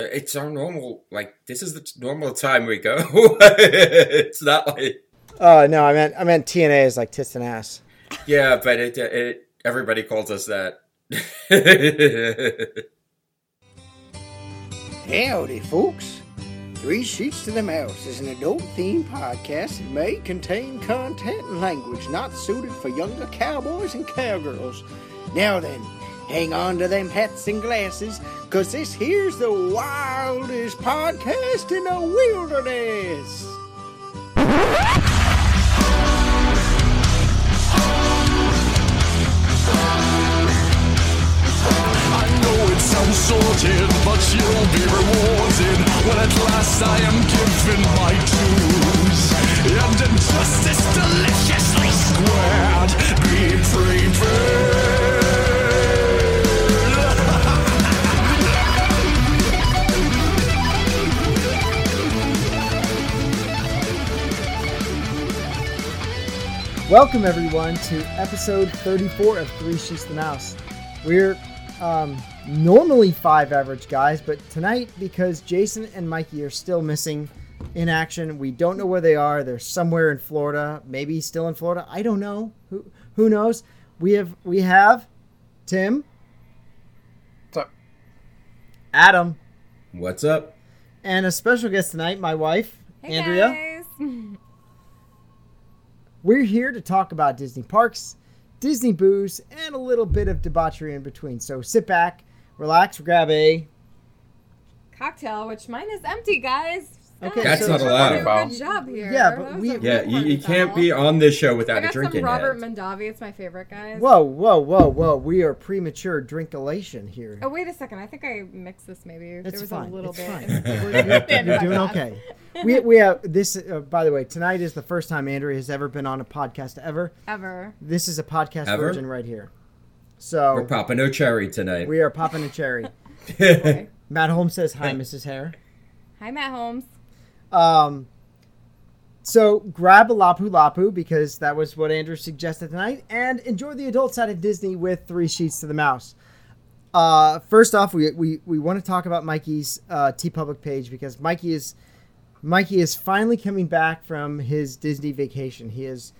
It's our normal, like this is the t- normal time we go. it's not like Uh, no, I meant I meant TNA is like tits and ass. yeah, but it, it everybody calls us that. Howdy, folks. Three Sheets to the Mouse is an adult themed podcast that may contain content and language not suited for younger cowboys and cowgirls. Now then, hang on to them hats and glasses, because this here's the wildest podcast in the wilderness. I know it sounds sordid, but you'll be rewarded when at last I am given my dues. And injustice deliciously squared, be prepared. Welcome everyone to episode 34 of Three Sheets to the Mouse. We're um, normally five average guys, but tonight because Jason and Mikey are still missing in action, we don't know where they are. They're somewhere in Florida, maybe still in Florida. I don't know. Who who knows? We have we have Tim, Adam, What's up? and a special guest tonight, my wife Hey Andrea. guys. We're here to talk about Disney parks, Disney booze, and a little bit of debauchery in between. So sit back, relax, grab a. Cocktail, which mine is empty, guys. Okay, That's so- not Did allowed. a good job here. Yeah, but That was we- a Yeah, good you, one, you can't fella. be on this show without I a got drink some in Robert hand. Mondavi. It's my favorite, guys. Whoa, whoa, whoa, whoa! We are premature drinkalation here. Oh wait a second! I think I mixed this. Maybe It's there was fine, a little it's bit. fine. Fine. You're doing okay. We we have this. Uh, by the way, tonight is the first time Andrea has ever been on a podcast ever. Ever. This is a podcast Ever? virgin right here. So We're popping no cherry tonight. we are popping a cherry. Okay. Matt Holmes says hi, Mrs. Hare. Hi, Matt Holmes. Um, so grab a lapu lapu because that was what Andrew suggested tonight, and enjoy the adult side of Disney with Three Sheets to the Mouse. Uh, first off, we we, we want to talk about Mikey's uh, T Public page because Mikey is Mikey is finally coming back from his Disney vacation. He is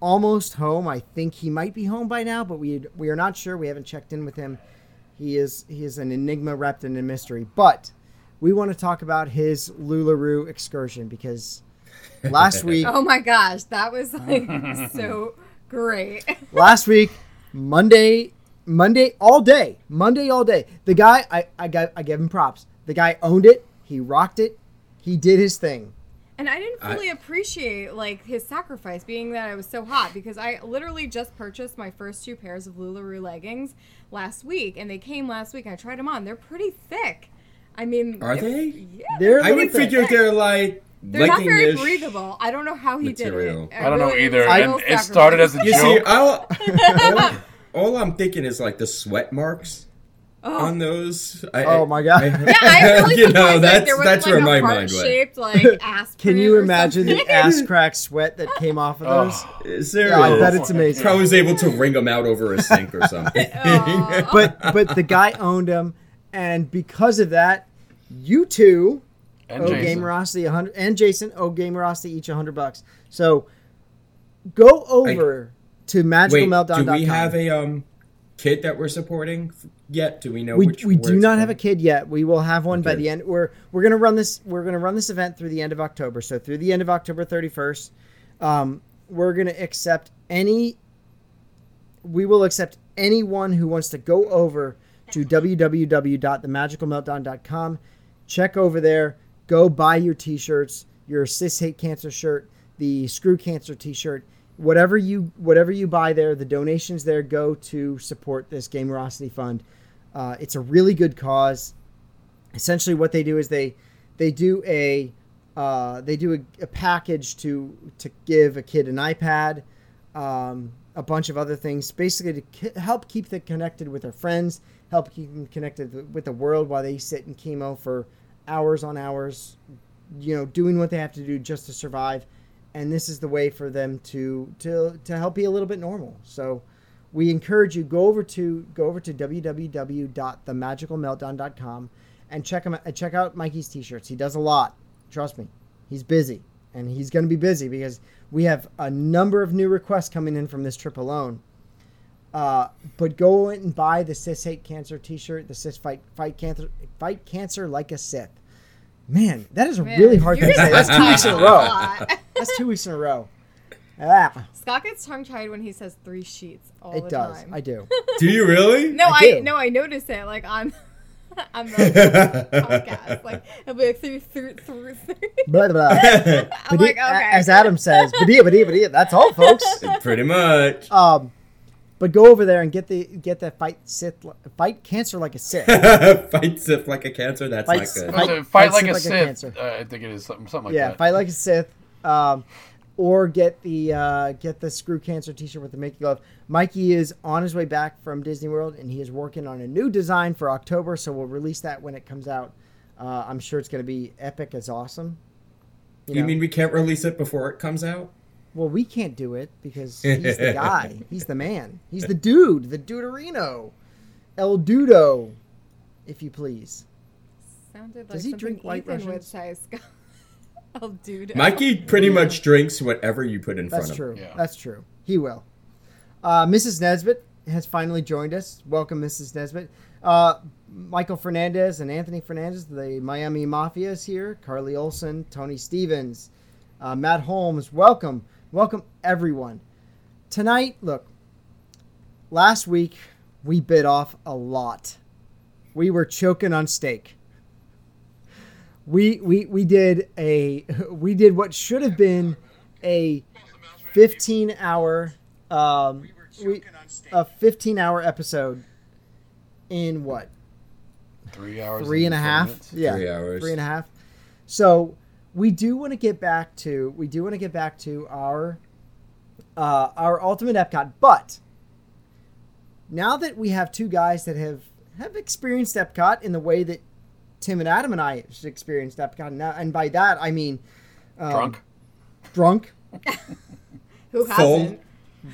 almost home. I think he might be home by now, but we we are not sure. We haven't checked in with him. He is he is an enigma wrapped in a mystery. But we want to talk about his Lularoo excursion because last week Oh my gosh, that was like so great. last week Monday Monday all day Monday all day the guy I I got I gave him props. The guy owned it. He rocked it. He did his thing. And I didn't I- fully appreciate like his sacrifice, being that I was so hot because I literally just purchased my first two pairs of Lularoe leggings last week, and they came last week. And I tried them on; they're pretty thick. I mean, Are they? Yeah, They're I would little bit- figure they're like they're not very legging-ish. breathable. I don't know how he material. did it. I I don't know really- either. was a and real it started as a sacrifice. You see, joke. I'll, all, all I'm thinking is like the sweat marks on those. I, Oh, I- my God. I- Oh. Yeah, I really you know that's there was, that's like, where my a mind went. heart-shaped, Like ass. Can print you or imagine the something. ass crack sweat that came off of Oh. those? Seriously, Yeah, I bet it's amazing. probably was able to wring them out over a sink or something. Aw. but but the guy owned him, and because of that, you two, And O Jason. Gamerosity, hundred, and Jason O Gamerosity, each hundred bucks. So go over to Wait, magicalmeltdown.com. do we have a um kid that we're supporting f- yet? Do we know we, which? we where do it's not from? have a kid yet. We will have one by Okay. the end. We're we're gonna run this. We're gonna run this event through the end of October. So through the end of October thirty first, um, we're gonna accept any. We will accept anyone who wants to go over to www.themagicalmeltdown.com, check over there, go buy your t-shirts, your cis hate cancer shirt, the screw cancer t-shirt, whatever you whatever you buy there, the donations there go to support this Gamerosity fund. Uh, it's a really good cause. Essentially, what they do is they they do a uh, they do a, a package to to give a kid an iPad, um, a bunch of other things, basically to ki- help keep them connected with their friends, help keep them connected with the world while they sit in chemo for hours on hours, you know, doing what they have to do just to survive. And this is the way for them to to to help be a little bit normal. So we encourage you go over to go over to www.themagicalmeltdown.com and check him and check out Mikey's t-shirts. He does a lot. Trust me. He's busy and he's going to be busy because we have a number of new requests coming in from this trip alone. Uh, but go in and buy the Cis Hate Cancer T-shirt, the Cis Fight Fight Cancer Fight Cancer Like a Sith. Man, that is a Man, really hard you're thing to say. just That's two weeks in a talking row. lot. That's two weeks in a row. Ah, Scott gets tongue tied when he says three sheets all it the does. time. I do. Do you really? No, I I, do. no, I notice it like on on the podcast. Like it'll be like three, three, three, three. Blah, blah, blah. I'm Badi- like, a- okay. As Adam says, badia, badia, badia. That's all, folks. Pretty much. Um, but go over there and get the get that fight Sith fight cancer like a Sith. Fight Sif like a cancer. That's Fight not Sif. good. Fight- Fight, fight like, Sith a like a Sith. cancer. uh, I think it is something, something like yeah, that. fight like a Sith, um, or get the uh, get the screw cancer T-shirt with the Mickey glove. Mikey is on his way back from Disney World, and he is working on a new design for October. So we'll release that when it comes out. Uh, I'm sure it's going to be epic as awesome. You mean we can't release it before it comes out? Well, we can't do it because he's the guy. he's the man. He's the dude. The Duderino, El Dudo, if you please. Sounded like Does he something drink White Ethan would Russians? say, Scott. I'll do that. Mikey pretty much drinks whatever you put in That's front true. of him. Yeah. That's true. He will. Uh, Mrs. Nesbitt has finally joined us. Welcome, Mrs. Nesbitt. Uh, Michael Fernandez and Anthony Fernandez, the Miami Mafia is here. Carly Olson, Tony Stevens, uh, Matt Holmes. Welcome. Welcome, everyone. Tonight, look, last week we bit off a lot. We were choking on steak. We, we, we did a we did what should have been a 15 hour um we, a 15 hour episode in what Three hours. three and a four half minutes. yeah Three hours. three and a half so we do want to get back to we do want to get back to our uh our ultimate epcot but now that we have two guys that have have experienced epcot in the way that tim and adam and i have experienced epcot now and by that i mean um, Drunk. drunk Who Full. hasn't?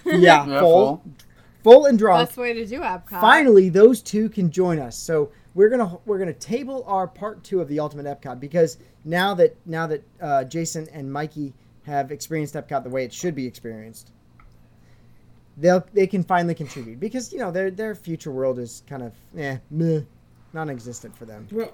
yeah, Yeah, full full and drunk Best way to do Epcot. finally those two can join us so we're gonna we're gonna table our part two of the ultimate epcot because now that now that uh, jason and mikey have experienced epcot the way it should be experienced they'll they can finally contribute because you know their their future world is kind of eh, meh, non-existent for them Well,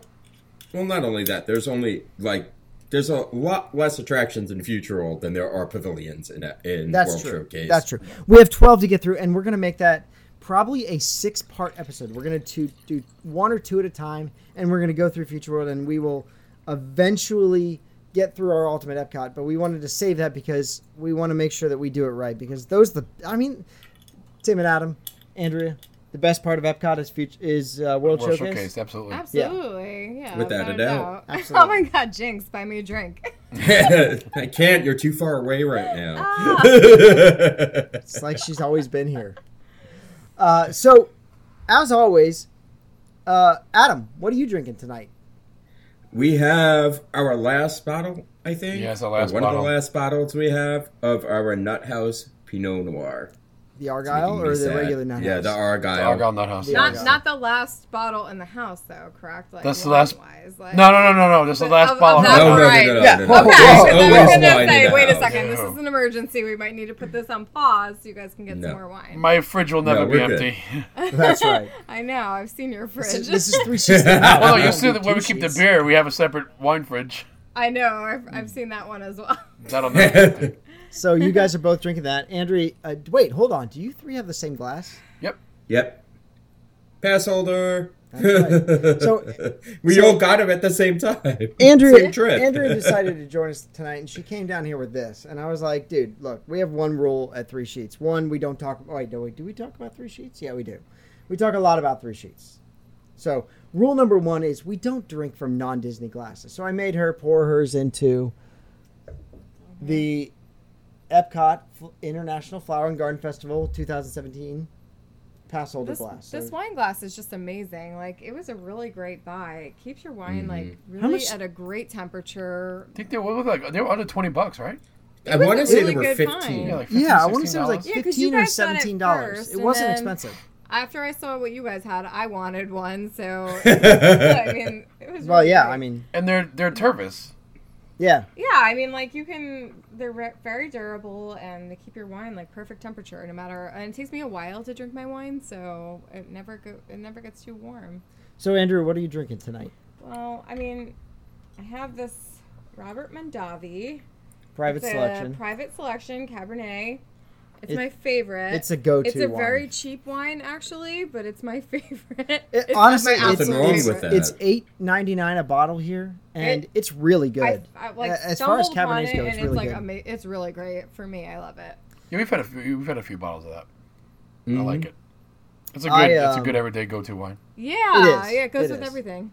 well, not only that, there's only like there's a lot less attractions in Future World than there are pavilions in in that's World true Showcase. that's true we have 12 to get through and we're gonna make that probably a six part episode we're gonna to, do one or two at a time and we're gonna go through future world and we will eventually get through our ultimate epcot but we wanted to save that because we want to make sure that we do it right because those the i mean tim and adam andrea the best part of epcot is future is uh, world, World showcase, showcase. Absolutely. Absolutely. Yeah. Without a without doubt. Oh Absolutely. my God, Jinx, buy me a drink. I can't. You're too far away right Ah. now. It's like she's always been here. Uh, so, as always, uh, Adam, what are you drinking tonight? we have our last bottle, I think. Yes, our last One of the bottle. last bottles we have of our Nut House Pinot Noir. The Argyle Making me or the sad. regular nut? Yeah, house? the Argyle. Argyle Nuthouse. Yeah. Not yes. not the last bottle in the house, though. Correct. Like, That's the last- wine-wise, Like, No, no, no, no, no. That's the But last of- bottle. of of that No, no, Argyle. no, variety. no, no, Yeah. no, no. Oh, Okay, There's oh, so then always I'm gonna wine in say, the wait a house. second, this No. is an emergency. We might need to put this on pause. You guys can get No. some more wine. My fridge will No, never be we're good. empty. That's right. I know. I've seen your fridge. This is, this is three sheets. well, Well, no, Oh, you see that where we keep the beer, we have a separate wine fridge. I know. I've, Mm. I've seen that one as well. That'll never be empty. So you guys are both drinking that. Andrew, uh, wait, hold on. Do you three have the same glass? Yep. Yep. Pass holder. So we so- all got him at the same time. Andrea, Same trip. Andrea decided to join us tonight, and she came down here with this. And I was like, dude, look, we have one rule at Three Sheets. One, we don't talk. Oh, wait, no, wait, do we talk about Three Sheets? Yeah, we do. We talk a lot about Three Sheets. So, rule number one is we don't drink from non Disney glasses. So, I made her pour hers into the Epcot F- International Flower and Garden Festival 2017 pass holder This, glass. this So- wine glass is just amazing. Like it was a really great buy. It keeps your wine like really Mm-hmm. much- at a great temperature. I think they were like they were under twenty bucks, right? I want to was say really they were good 15. find. Yeah, like 15, yeah, I want to 16 say it was like Yeah, 'cause you fifteen or guys got it seventeen dollars. first, It and wasn't then- expensive. after I saw what you guys had, I wanted one. So Oh, I mean, it was Well, really yeah, great. I mean, And they're they're Tervis. yeah, yeah, I mean, like you can. They're re- very durable and they keep your wine like perfect temperature, no matter. And it takes me a while to drink my wine, so it never go. It never gets too warm. So Andrew, what are you drinking tonight? Well, I mean, I have this Robert Mondavi. Private It's a selection. private selection Cabernet. It's It- my favorite. it's a go-to. It's a wine. very cheap wine, actually, but it's my favorite. It- It's honestly, my it's- Nothing absolute wrong favorite. with that. It's eight ninety nine a bottle here, and It- it's really good. I, I, like, A- as far as stumbled upon Cabernets it, go, it's and really it's like good. ama- it's really great for me. I love it. Yeah, we've had a few, we've had a few bottles of that. I like Mm-hmm. it. It's a good I, it's a um, good everyday go to wine. Yeah, is. yeah, it goes It with is. everything.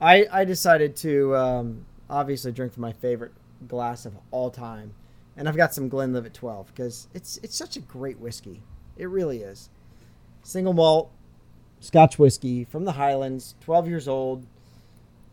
I, I decided to um, obviously drink from my favorite glass of all time, and I've got some Glenlivet 12 because it's it's such a great whiskey. It really is. Single malt Scotch whiskey from the Highlands, 12 years old.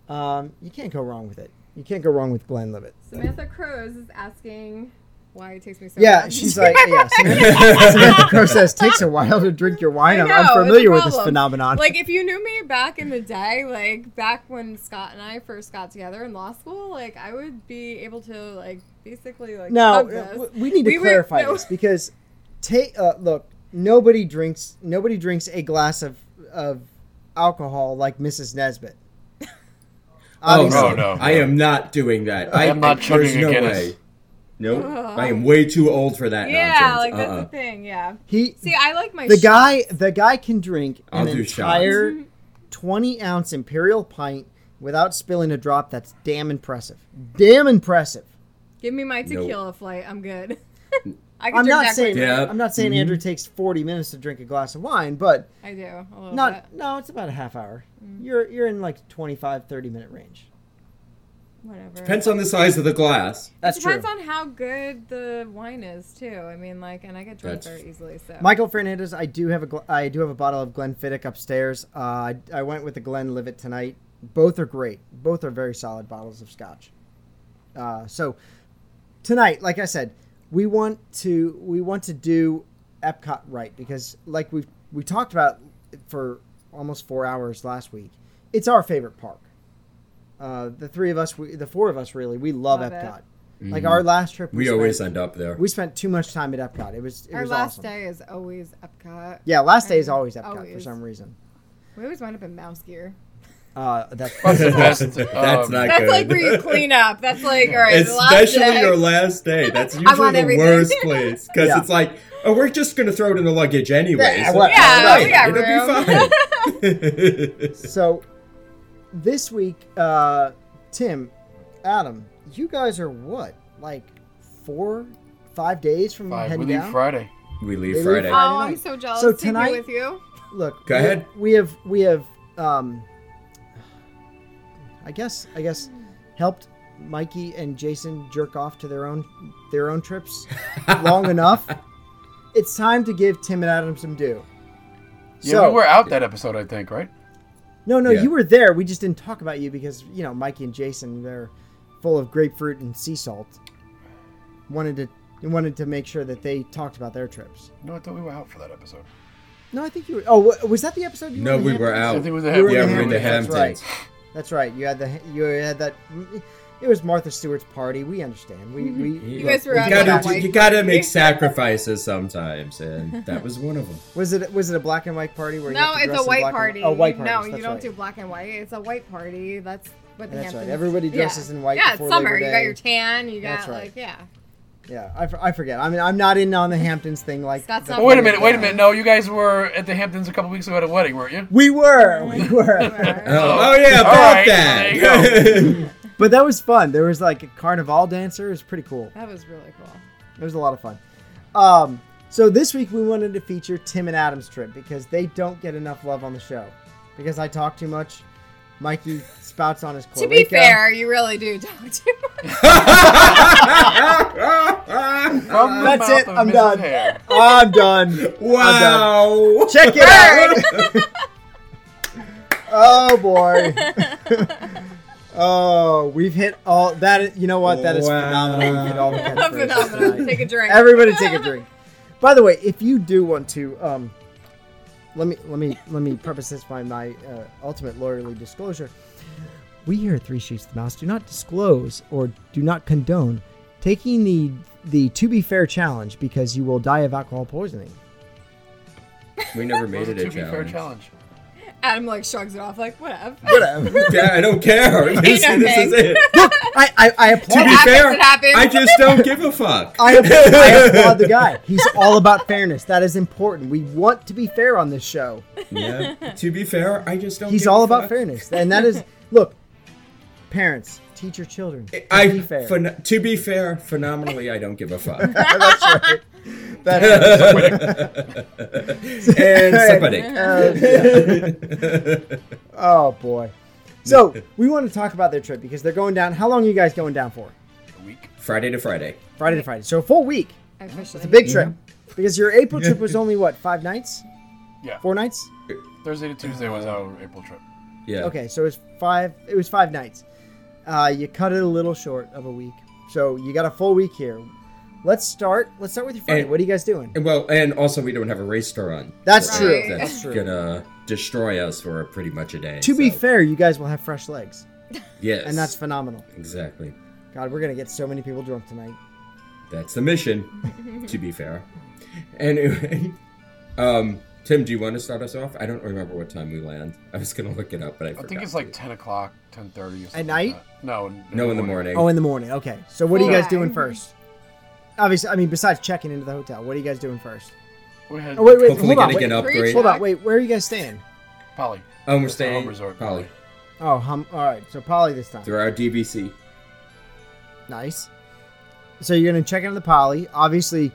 Um, you can't go wrong with it. You can't go wrong with Glenlivet. Samantha Crows is asking why it takes me so. Yeah, long. she's like, yeah. Samantha, Samantha Crow says takes a while to drink your wine. I I'm, know, I'm it's a familiar with this problem. phenomenon. Like if you knew me back in the day, like back when Scott and I first got together in law school, like I would be able to like basically like No, hug this. uh, w- we need to Oh, We were- clarify no. this because take uh, look. Nobody drinks. Nobody drinks a glass of of alcohol like Mrs. Nesbitt. Oh Obviously. no, no, no, no. I am not doing that. I, am not There's chugging a no Guinness. way. Nope. Ugh. I am way too old for that Oh. yeah, like nonsense. that's uh-uh. the thing. Yeah. He See, I like my the shots. guy the guy can drink I'll an do entire twenty ounce imperial pint without spilling a drop. That's damn impressive. Damn impressive. Give me my Nope. tequila flight. I'm good. I can I'm drink not that saying quick. Yeah. I'm not saying Mhm. Andrew takes forty minutes to drink a glass of wine, but I do. A little not bit. Mm. no, it's about a half hour. You're you're in like 25, 30 minute range. Whatever. Depends on the size of the glass. That's it true. depends on how good the wine is too. I mean, like, and I get drunk That's- very easily. So Michael Fernandez, I do have a gl- I do have a bottle of Glenfiddich upstairs. Uh, I, I went with the Glenlivet tonight. Both are great. Both are very solid bottles of scotch. Uh, so tonight, like I said, we want to we want to do Epcot right because like we we talked about for almost four hours last week. It's our favorite park. Uh, the three of us, we, the four of us, really, we love, Love it. Epcot. Like our last trip, We spent- always end up there. we spent too much time at Epcot. It was it our was last awesome. day is always Epcot. Yeah, last day is Um, always Epcot for always. some reason. We always wind up in Mouse Gear. Uh, that's That's the best. That's um, not That's good. like where you clean up. That's like all right. the last Especially day. your last day. That's usually want the everything. worst place because Yeah. it's like, oh, we're just gonna throw it in the luggage anyway. Yeah, what- Yeah, we got It'll be fine. so. This week, uh, Tim, Adam, you guys are what like four, five days from five. We heading leave down. Friday. we They leave leave Friday. Oh, Friday. I'm night. so jealous. So So tonight tonight- with you. Look, Go we- ahead. We have we have um, I guess I guess helped Mikey and Jason jerk off to their own their own trips long enough. It's time to give Tim and Adam some due. Yeah, we were out that episode, I think, right? No, no, Yeah. you were there. We just didn't talk about you because you know Mikey and Jason they're full of grapefruit and sea salt. Wanted to wanted to make sure that they talked about their trips. No, I thought we were out for that episode. No, I think you were. Oh, wa- was that the episode? You No, in we the were Hamptons? I out. think it was the You were in yeah, the we we're in the Hamptons, Hamptons. that's That's right. You had the you had that. It was Martha Stewart's party. We understand. We we You guys were You out gotta, that do- white you gotta make sacrifices sometimes, and that was one of them. was it was it a black and white party where you No, have to it's dress a in white black and- party. Oh, white You- party. No, you don't do black and white. It's a white party. That's what That's the right. Hamptons. Everybody yeah. dresses in white Yeah, it's before summer. Labor You got Day. your tan. You got That's right. like yeah. Yeah, I, f- I forget. I mean, I'm not in on the Hamptons thing like. Scott's the not Oh, wait a minute, wait a minute. No, you guys were at the Hamptons a couple weeks ago at a wedding, weren't you? We were, we were. Oh, Where- oh, yeah, about right, that. there But that was fun. There was like a carnival dancer. It was pretty cool. that was really cool. It was a lot of fun. Um, so this week we wanted to feature Tim and Adam's trip because they don't get enough love on the show. Because I talk too much. Mikey spouts on his To be cloaca. fair, you really do talk too much. From the That's mouth it, of I'm Mrs. done. Hare. I'm done. wow. Check it out. oh boy. oh, we've hit all that. Is, you know what? That is Wow. phenomenal. We hit all the catchphrases Phenomenal. tonight. Take a drink. Everybody take a drink. By the way, if you do want to um, let me let me let me preface this by my uh, ultimate lawyerly disclosure. We here at Three Sheets to the Mouse do not disclose or do not condone taking the the to be fair challenge because you will die of alcohol poisoning. We never made It's a it a to be fair challenge. challenge. Adam like shrugs it off, like whatever. Whatever. Yeah, I don't care. This, no this is thing. it. I, I, I applaud. to be happens, fair, it happens. I just don't give a fuck. I applaud, I applaud the guy. He's all about fairness. That is important. We want to be fair on this show. yeah. To be fair, I just don't. He's give a all about fuck. fairness, and that is look. Parents, teach your children. To I be fair. phen- to be fair, phenomenally, I don't give a fuck. That's right. That's and somebody. Uh, oh boy. So we want to talk about their trip because they're going down. How long are you guys going down for? A week. Friday to Friday. Friday to Friday. So a full week. Officially. It's a big trip Mm-hmm. because your April trip was only what five nights, Yeah. four nights. Thursday to Tuesday was our April trip. Yeah. Okay, so it was five. It was five nights. Uh, you cut it a little short of a week, so you got a full week here. Let's start. Let's start with your Friday. And- what are you guys doing? And Well, and also we don't have a race to run. That's So true. That's That's true. gonna destroy us for pretty much a day. To be so- fair, you guys will have fresh legs, yes, and that's phenomenal. exactly God, we're gonna get so many people drunk tonight. that's the mission. to be fair. Anyway, um, Tim, do you want to start us off? I don't remember what time we land. I was gonna look it up, but I, I forgot. think it's like 10 o'clock, 10.30 or something. like night? that. No. In, no in the morning. Oh, in the morning. Okay. So what are you Full guys doing day. first? Obviously, I mean, besides checking into the hotel, what are you guys doing first? We had Oh, wait, wait. Hopefully, hold on. gonna Wait, get an upgrade. Hold on. Wait, where are you guys staying? Polly. Um, we're That's our staying home resort, probably Polly. Oh, hum, all right. So Polly this time. through our DVC. Nice. So you're gonna check into the Polly. Obviously,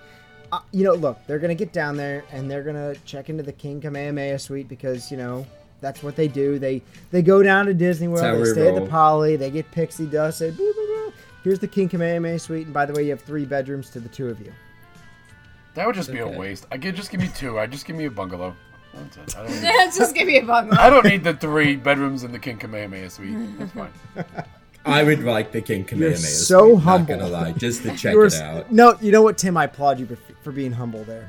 uh, you know, look, they're gonna get down there and they're gonna check into the King Kamehameha suite because you know that's what they do. They they go down to Disney World. how They we stay at roll. the Polly. They get pixie dust. They, blah, blah, blah. Here's the King Kamehameha suite. And by the way, you have three bedrooms to the two of you. That would just be Okay. a waste. I could just give me two. I just give me a bungalow. That's it. I don't need, just give me a bungalow. I don't need the three bedrooms in the King Kamehameha suite. That's fine. I would like the King Kamehameha. so suite, humble. Not gonna lie, just to check You were it s- out. No, you know what, Tim? I applaud you for, for being humble there.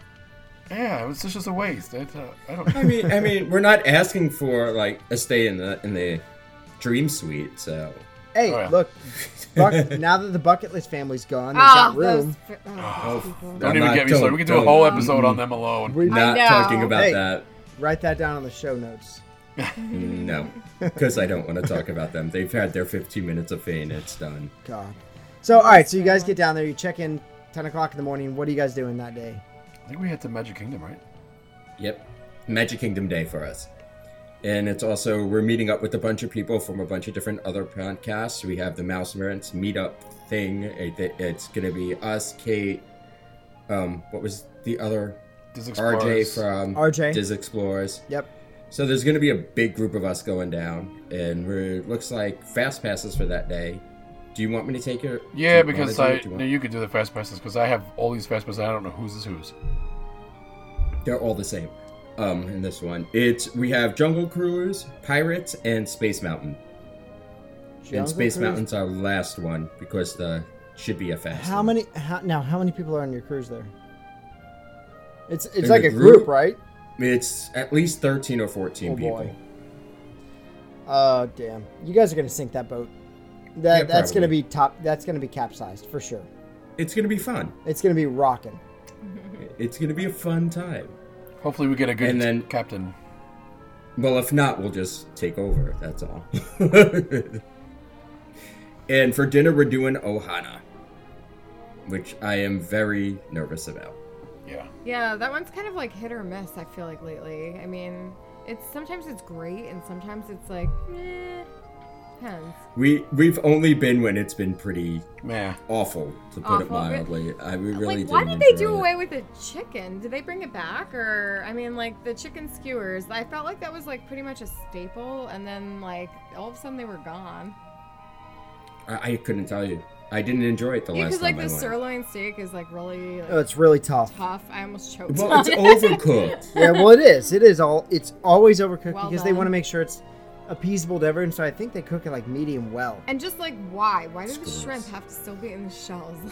Yeah, it was just a waste. I, thought- I don't. I mean, I mean, we're not asking for like a stay in the in the dream suite, so Hey, Oh, yeah. look, buck, now that the bucket list family's gone, they've Ah, got those, room. fr- oh, those people. Don't I'm even not- get me started. don't- We could do a don't- whole episode on them alone. We- Not know. talking about Hey. that. Write that down on the show notes. No, because I don't want to talk about them. They've had their 15 minutes of fame. It's done. God. So, all right, so you guys get down there, you check in 10 o'clock in the morning. What are you guys doing that day? I think we hit the Magic Kingdom, right? Yep, Magic Kingdom Day for us, and it's also we're meeting up with a bunch of people from a bunch of different other podcasts. We have the Mouse Merits meetup thing. It- it- It's gonna be us, Kate. Um, what was the other? Diz RJ Explorers. from RJ. Diz Explorers. Yep. So there's going to be a big group of us going down, and we're looks like fast passes for that day. Do you want me to take your? Yeah, do you because wanna do I it? Do you no, want- you could do the fast passes because I have all these fast passes. And I don't know whose is whose. they're all the same. Um, in this one, it's we have Jungle Cruise, Pirates, and Space Mountain. and Jungle Space Cruise? Mountain's our last one because the should be a fast. How one. many, how, now, how many people are on your cruise there? It's, it's In like the a group, group? right? It's at least thirteen or fourteen Oh, people. boy. Oh, damn. You guys are going to sink that boat. That, Yeah, that's going to probably. be top, that's going to be capsized for sure. It's gonna be fun. It's going to be rocking. It's gonna be a fun time. Hopefully, we get a good And then- captain. Well, if not, we'll just take over. That's all. and for dinner, we're doing Ohana, which I am very nervous about. Yeah, Yeah, that one's kind of like hit or miss. I feel like lately. I mean, it's sometimes it's great, and sometimes it's like, eh, depends. We we've only been when it's been pretty man. awful, to put it Awful, re- mildly. I we really like, why didn't did they enjoy do it. away with the chicken? Did they bring it back, or I mean, like the chicken skewers? I felt like that was like pretty much a staple, and then like all of a sudden they were gone. I, I couldn't tell you. I didn't enjoy it the Yeah, last because time like I the went. Uh, sirloin steak is like really like, Oh, it's really tough. tough. I almost choked well, on it's it. overcooked. yeah, well, it is. It is all. It's always overcooked Well because they done. want to make sure it's appeasable to everyone. So I think they cook it like medium well. And just like why? Why does the Screws. shrimp have to still be in the shells?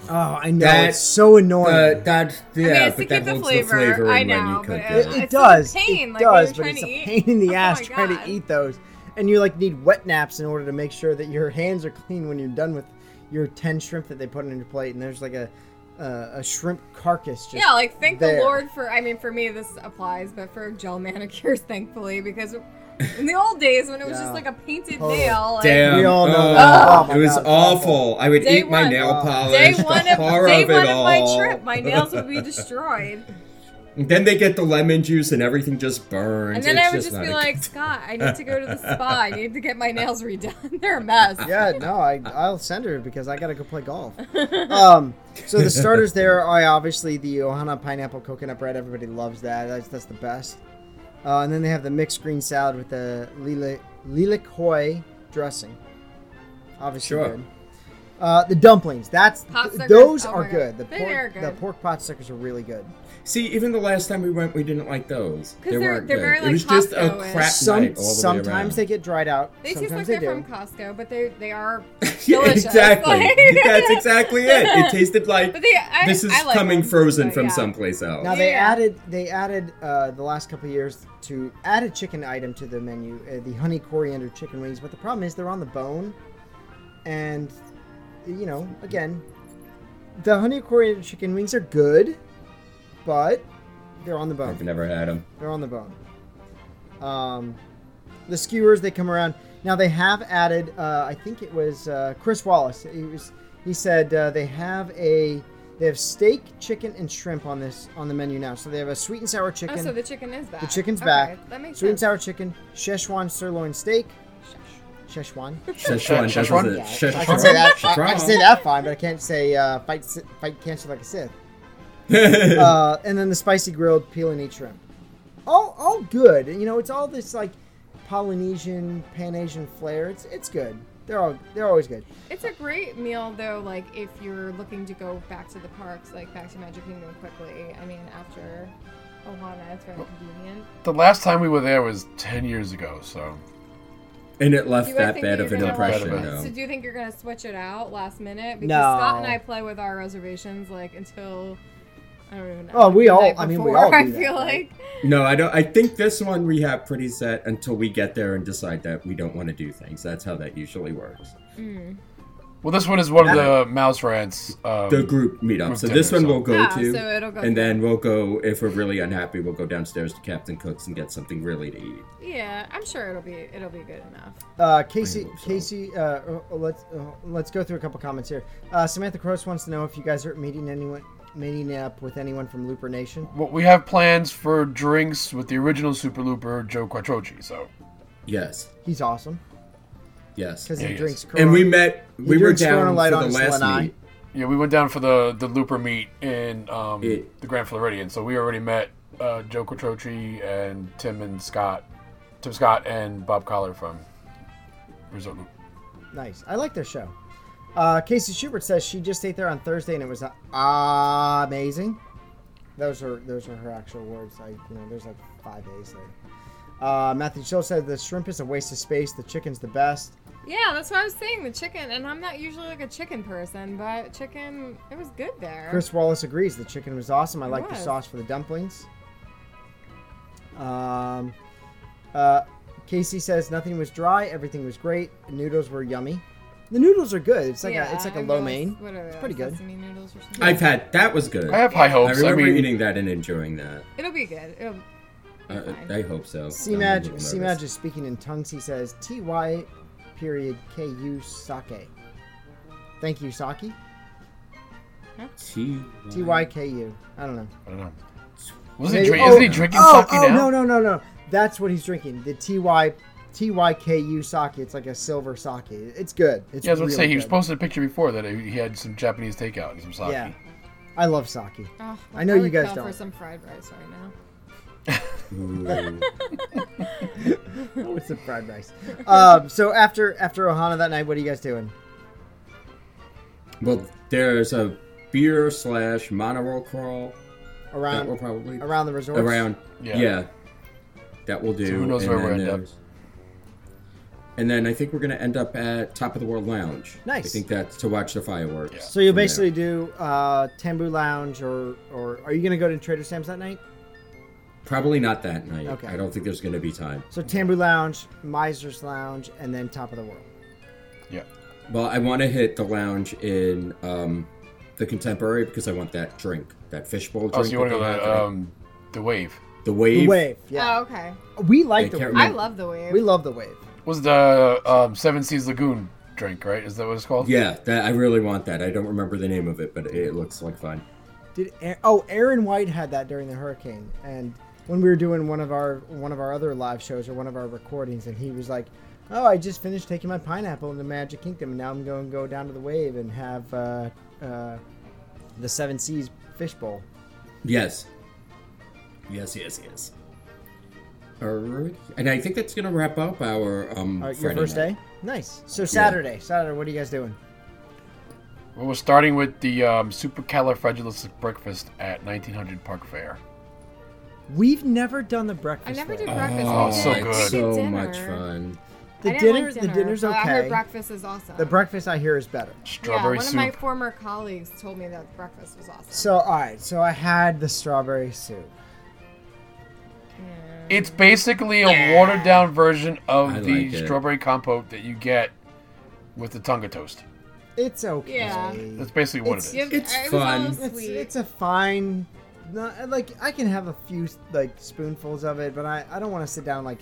Like, Oh, I know. That- it's so annoying. Uh, that yeah, I mean, it's to but that keep the holds flavor. the flavor I in when know, you cook but it. it's it, like it does. a pain, it like, when does, you're but trying it's to a pain eat. in the Oh my ass trying God. to eat those. And you like need wet naps in order to make sure that your hands are clean when you're done with your ten shrimp that they put on your plate. And there's like a uh, a shrimp carcass. Just Yeah, like thank there. the Lord for. I mean, for me this applies, but for gel manicures, thankfully, because in the old days when it was Yeah. just like a painted Totally. nail, like, Damn, We all know Ugh. that. Oh my it was God, it's awful. awful. I would Day eat my one. nail Wow. day polish. one the of horror day of one it of all. my trip, my nails would be destroyed, Then they get the lemon juice and everything just burns. and then It's I would just not be a- like, Scott, I need to go to the spa. I need to get my nails redone. They're a mess. yeah, no, I, I'll send her because I gotta go play golf. Um, so the starters there are obviously the Ohana pineapple coconut bread. Everybody loves that. That's, that's the best. Uh, and then they have the mixed green salad with the lila lilac hoi dressing. Obviously Sure. good. Uh, the dumplings. That's Popsicles, those oh are my God. good. The They pork, are good. the pork pot stickers are really good. see, even the last time we went, we didn't like those. They they're- weren't they're good. very, it like, was just a Costco-ish. crap Some night all the way around. sometimes they get dried out. They sometimes taste like they they're do. from Costco, but they they are Yeah, delicious. exactly. Like- That's exactly it. It tasted like But they, I, this is I like coming them, frozen but from yeah. someplace else. Now they Yeah. added they added uh, the last couple of years to add a chicken item to the menu, uh, the honey coriander chicken wings. But the problem is they're on the bone, and you know again, the honey coriander chicken wings are good, but they're on the bone. I've never had them. They're on the bone. Um, the skewers they come around. Now they have added. Uh, I think it was uh, Chris Wallace. He was. He said uh, they have a. They have steak, chicken, and shrimp on this on the menu now. So they have a sweet and sour Oh, chicken, so the chicken is back. The chicken's Okay, back. That makes sweet and sense. sour chicken, Szechuan sirloin steak, Szechuan. Szechuan. Szechuan? doesn't- Yeah, I can say that. I, I can say Szechuan. that fine, but I can't say uh, fight si- fight cancer like a Sith. uh, and then the spicy grilled peel and eat shrimp. All all good. You know, it's all this like Polynesian, Pan Asian flair. It's it's good. They're all they're always good. It's a great meal though, like if you're looking to go back to the parks, like back to Magic Kingdom quickly. I mean, after Ohana, it's very convenient. The last time we were there was ten years ago, so And it left Do you guys that think bad you're of an gonna, like, impression, Bad though. So do you think you're gonna switch it out last minute? Because No. Scott and I play with our reservations like until I don't even know. Oh, we the all- night I mean, we before, all do I that, feel right? like No, I don't. I think this one we have pretty set until we get there and decide that we don't want to do things. That's how that usually works. well, this one is one of the mouse rants. Um, The group meetup. Group So this dinner, one so- we'll go Yeah, to, so it'll go and through. then we'll go if we're really unhappy. We'll go downstairs to Captain Cook's and get something really to eat. yeah, I'm sure it'll be it'll be good enough. Uh, Casey, hope so. Casey, uh, uh, let's uh, let's go through a couple comments here. Uh, Samantha Cross wants to know if you guys are meeting anyone, meeting up with anyone from Looper Nation. well, we have plans for drinks with the original Super Looper, Joe Quattrochi. So Yes, He's awesome yes. because he Yeah, he is. drinks. And we Corona- met. We were drinks Corona down Light for on the his last lanai. meet. yeah, we went down for the the Looper meet in um, It- the Grand Floridian. So we already met uh, Joe Quattrochi and Tim and Scott, Tim Scott and Bob Collar from Resort Loop. Nice. I like their show. Uh, Casey Schubert says she just ate there on Thursday and it was uh, amazing. Those are those are her actual words. I you know there's like five days later. Uh, Matthew Chill said the shrimp is a waste of space. The chicken's the best. Yeah, that's what I was saying. The chicken, and I'm not usually like a chicken person, but chicken, it was good there. Chris Wallace agrees. The chicken was awesome. I like the Oh. was. sauce for the dumplings. Um, uh, Casey says nothing was dry. Everything was great. noodles were yummy. The noodles are good. It's like yeah, a, it's like a and lo those- mein. what are It's those, pretty good. Sesame noodles or something? I've had that was good. I have high I hopes. I, remember mean, eating that and enjoying that. It'll be good. It'll, oh, Uh, Fine. I hope so. I'm a C-Madge, little nervous. C-Madge is speaking in tongues. He says, T-Y period K-U sake. Thank you, Saki. T Y. T-Y-K-U. I don't know. I don't know. Wasn't Maybe- he, drink, oh, isn't he drinking oh, sake oh, now? no, no, no, no. That's what he's drinking. The T-Y... T-Y-K-U sake. It's like a silver sake. It's good. It's Yeah, I was gonna really say he was good. posted a picture before that he had some Japanese takeout and some sake. Yeah. I love sake. oh, I know would you guys kill don't. for some fried rice right now. Ooh. With some fried rice. um, so after after Ohana that night, what are you guys doing? Well, there's a beer slash monorail crawl that we'll Around probably Um, around the resort? around. Yeah. Yeah. that will do. So who knows and where then we'll end up. there's- And then I think we're going to end up at Top of the World Lounge. Nice. I think that's to watch the fireworks. So you'll from there. basically do uh, Tambu Lounge, or or are you going to go to Trader Sam's that night? Probably not that night. Okay. I don't think there's going to be time. So Tambu Lounge, Miser's Lounge, and then Top of the World. Yeah. Well, I want to hit the lounge in um, the Contemporary because I want that drink, that fishbowl drink. Oh, so you want to that go they have to there. um, the wave? the wave? The Wave. Yeah. Oh, okay. we like They the can't wave. I remember- love the wave. we love the wave. Was the um, Seven Seas Lagoon drink right? Is that what it's called? Yeah, that I really want that. I don't remember the name of it, but it looks like fun. Did Aa- oh Aaron White had that during the hurricane, and when we were doing one of our one of our other live shows or one of our recordings, and he was like, "Oh, I just finished taking my pineapple in the Magic Kingdom, and now I'm going to go down to the wave and have uh, uh, the Seven Seas fishbowl." Yes. Yes, yes, yes. All right. And I think that's going to wrap up our um, All right, your Friday first night. day. Nice. So Saturday, Saturday, what are you guys doing? Well, we're starting with the um, supercalifragilistic breakfast at 1900 Park Fair. We've never done the breakfast. I never there. Uh, did breakfast. Oh, I did- so I did good. So dinner. much fun. The I didn't dinner, like the dinner's but okay. I heard breakfast is awesome. The breakfast I hear is better. Strawberry yeah, one soup. of my former colleagues told me that breakfast was awesome. So all right, so I had the strawberry soup. It's basically a watered down version of I the like it. strawberry compote that you get with the tonga toast. It's okay. Yeah. That's basically what It's- it is. It's fun. it Was almost It's, sweet. it's a fine. Not, like I can have a few like spoonfuls of it, but I, I don't want to sit down and, like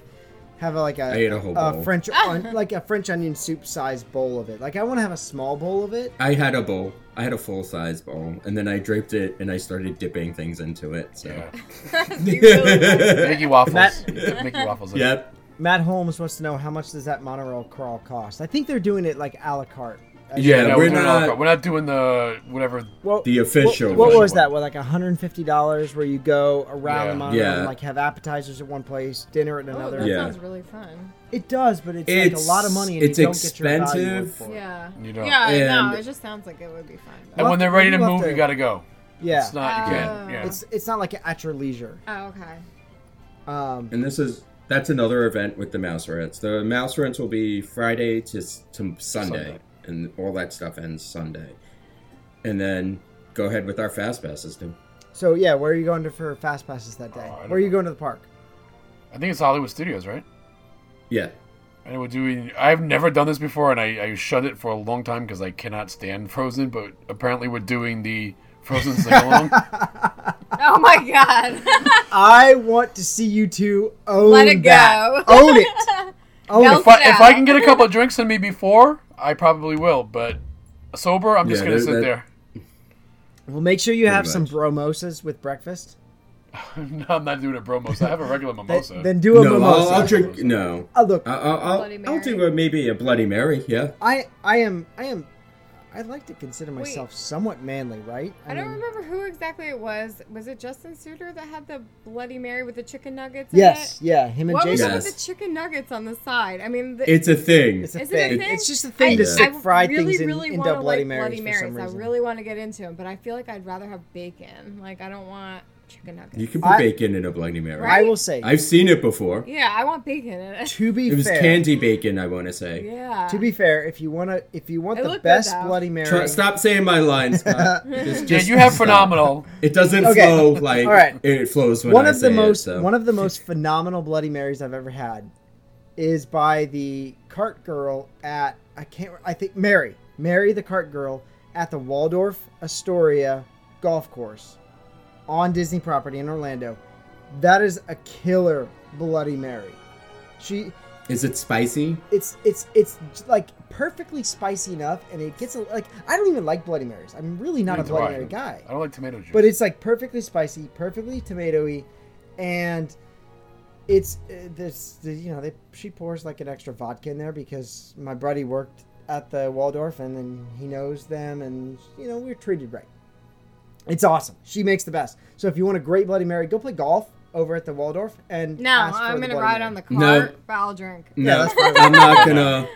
have a, like a, I ate a whole bowl. French on, like a French onion soup size bowl of it. Like I want to have a small bowl of it. I had a bowl. I had a full size bowl, and then I draped it and I started dipping things into it. So, Yeah. You really like- Mickey waffles. Matt- You dip Mickey waffles. in it. yep. Matt Holmes wants to know how much does that monorail crawl cost. I think they're doing it like a la carte. Uh, Yeah, No, we're we're, not, not we're not doing the whatever. well, the official. What, what one. was that? Well, like hundred and fifty dollars, where you go around Yeah. the monorail Yeah. and like have appetizers at one place, dinner at Oh, another. that Yeah. sounds really fun. It does, but it's, like a It's- lot of money. And it's you don't Get your value expensive. for it. Yeah. You don't- Yeah, And- no, it just sounds like it would be fun. And when they're ready to We'll have move, to- you gotta go. Yeah, It's not. You Oh. can't. Yeah. it's it's not like at your leisure. Oh, okay. Um, And this is that's another event with the mouse rants. The mouse rants will be Friday to s- to Sunday, Sunday. and all that stuff ends Sunday. And then go ahead with our fast passes too. so yeah, where are you going to for fast passes that day? Oh, I don't where are you know. going to the park? I think it's Hollywood Studios, right? Yeah. And we're doing. I've never done this before, and I, I shunned it for a long time because I cannot stand Frozen. But apparently, we're doing the Frozen sing along. Oh my god. I want to see you two own Let it that. go. own it. Own Mel- it. if I, if I can get a couple of drinks in me before, I probably will. But sober, I'm just Yeah, gonna that- sit that- there. Well, make sure you have some much. bromosas with breakfast. no, I'm not doing a bro mimosa. I have a regular Then, mimosa. then do a no, I'll, mimosa. I'll drink. No, Oh, look, I- I'll I'll, Bloody I'll Mary. do a, maybe a Bloody Mary. Yeah. I I am I am. I like to consider myself Wait. somewhat manly, right? I don't mean, remember who exactly it was. Was it Justin Suter that had the Bloody Mary with the chicken nuggets? in Yes, it? yeah, him and What was Jason. it with Yes. the chicken nuggets on the side? I mean, the, It's a thing. It's a Is it a thing. thing? It's just a thing to I- stick I fried really, things in, really into wanna Bloody like Marys Bloody for Marys. some reason. I really want to get into them, but I feel like I'd rather have bacon. Like I don't want chicken nuggets. you can put I- bacon in a Bloody Mary. Right? I will say I've seen it before. yeah, I want bacon in it. to be It was fair. candy bacon, I want to say. Yeah. To be fair, if you want to, if you want It the looked good, best though. Bloody Mary, Try- stop saying my lines. Scott. Just- yeah, just you have stop. phenomenal. It doesn't Okay. flow like All right. it flows when one I of the say it, most so. one of the most phenomenal Bloody Marys I've ever had is by the cart girl at I can't I think Mary Mary the cart girl at the Waldorf Astoria golf course on Disney property in Orlando. That is a killer Bloody Mary. She Is it spicy? it's it's it's like perfectly spicy enough, and it gets a, like I don't even like Bloody Marys. I'm really not a Neither do Bloody I. Mary guy, I don't like tomato juice. but it's like perfectly spicy, perfectly tomatoey, and it's uh, this the, you know they she pours like an extra vodka in there because my buddy worked at the Waldorf and then he knows them, and you know we are treated right. It's awesome. She makes the best. So if you want a great Bloody Mary, go play golf over at the Waldorf and no, ask for I'm the gonna Bloody ride Mary. on the cart, No. but I'll drink. No, that's fine. I'm not gonna.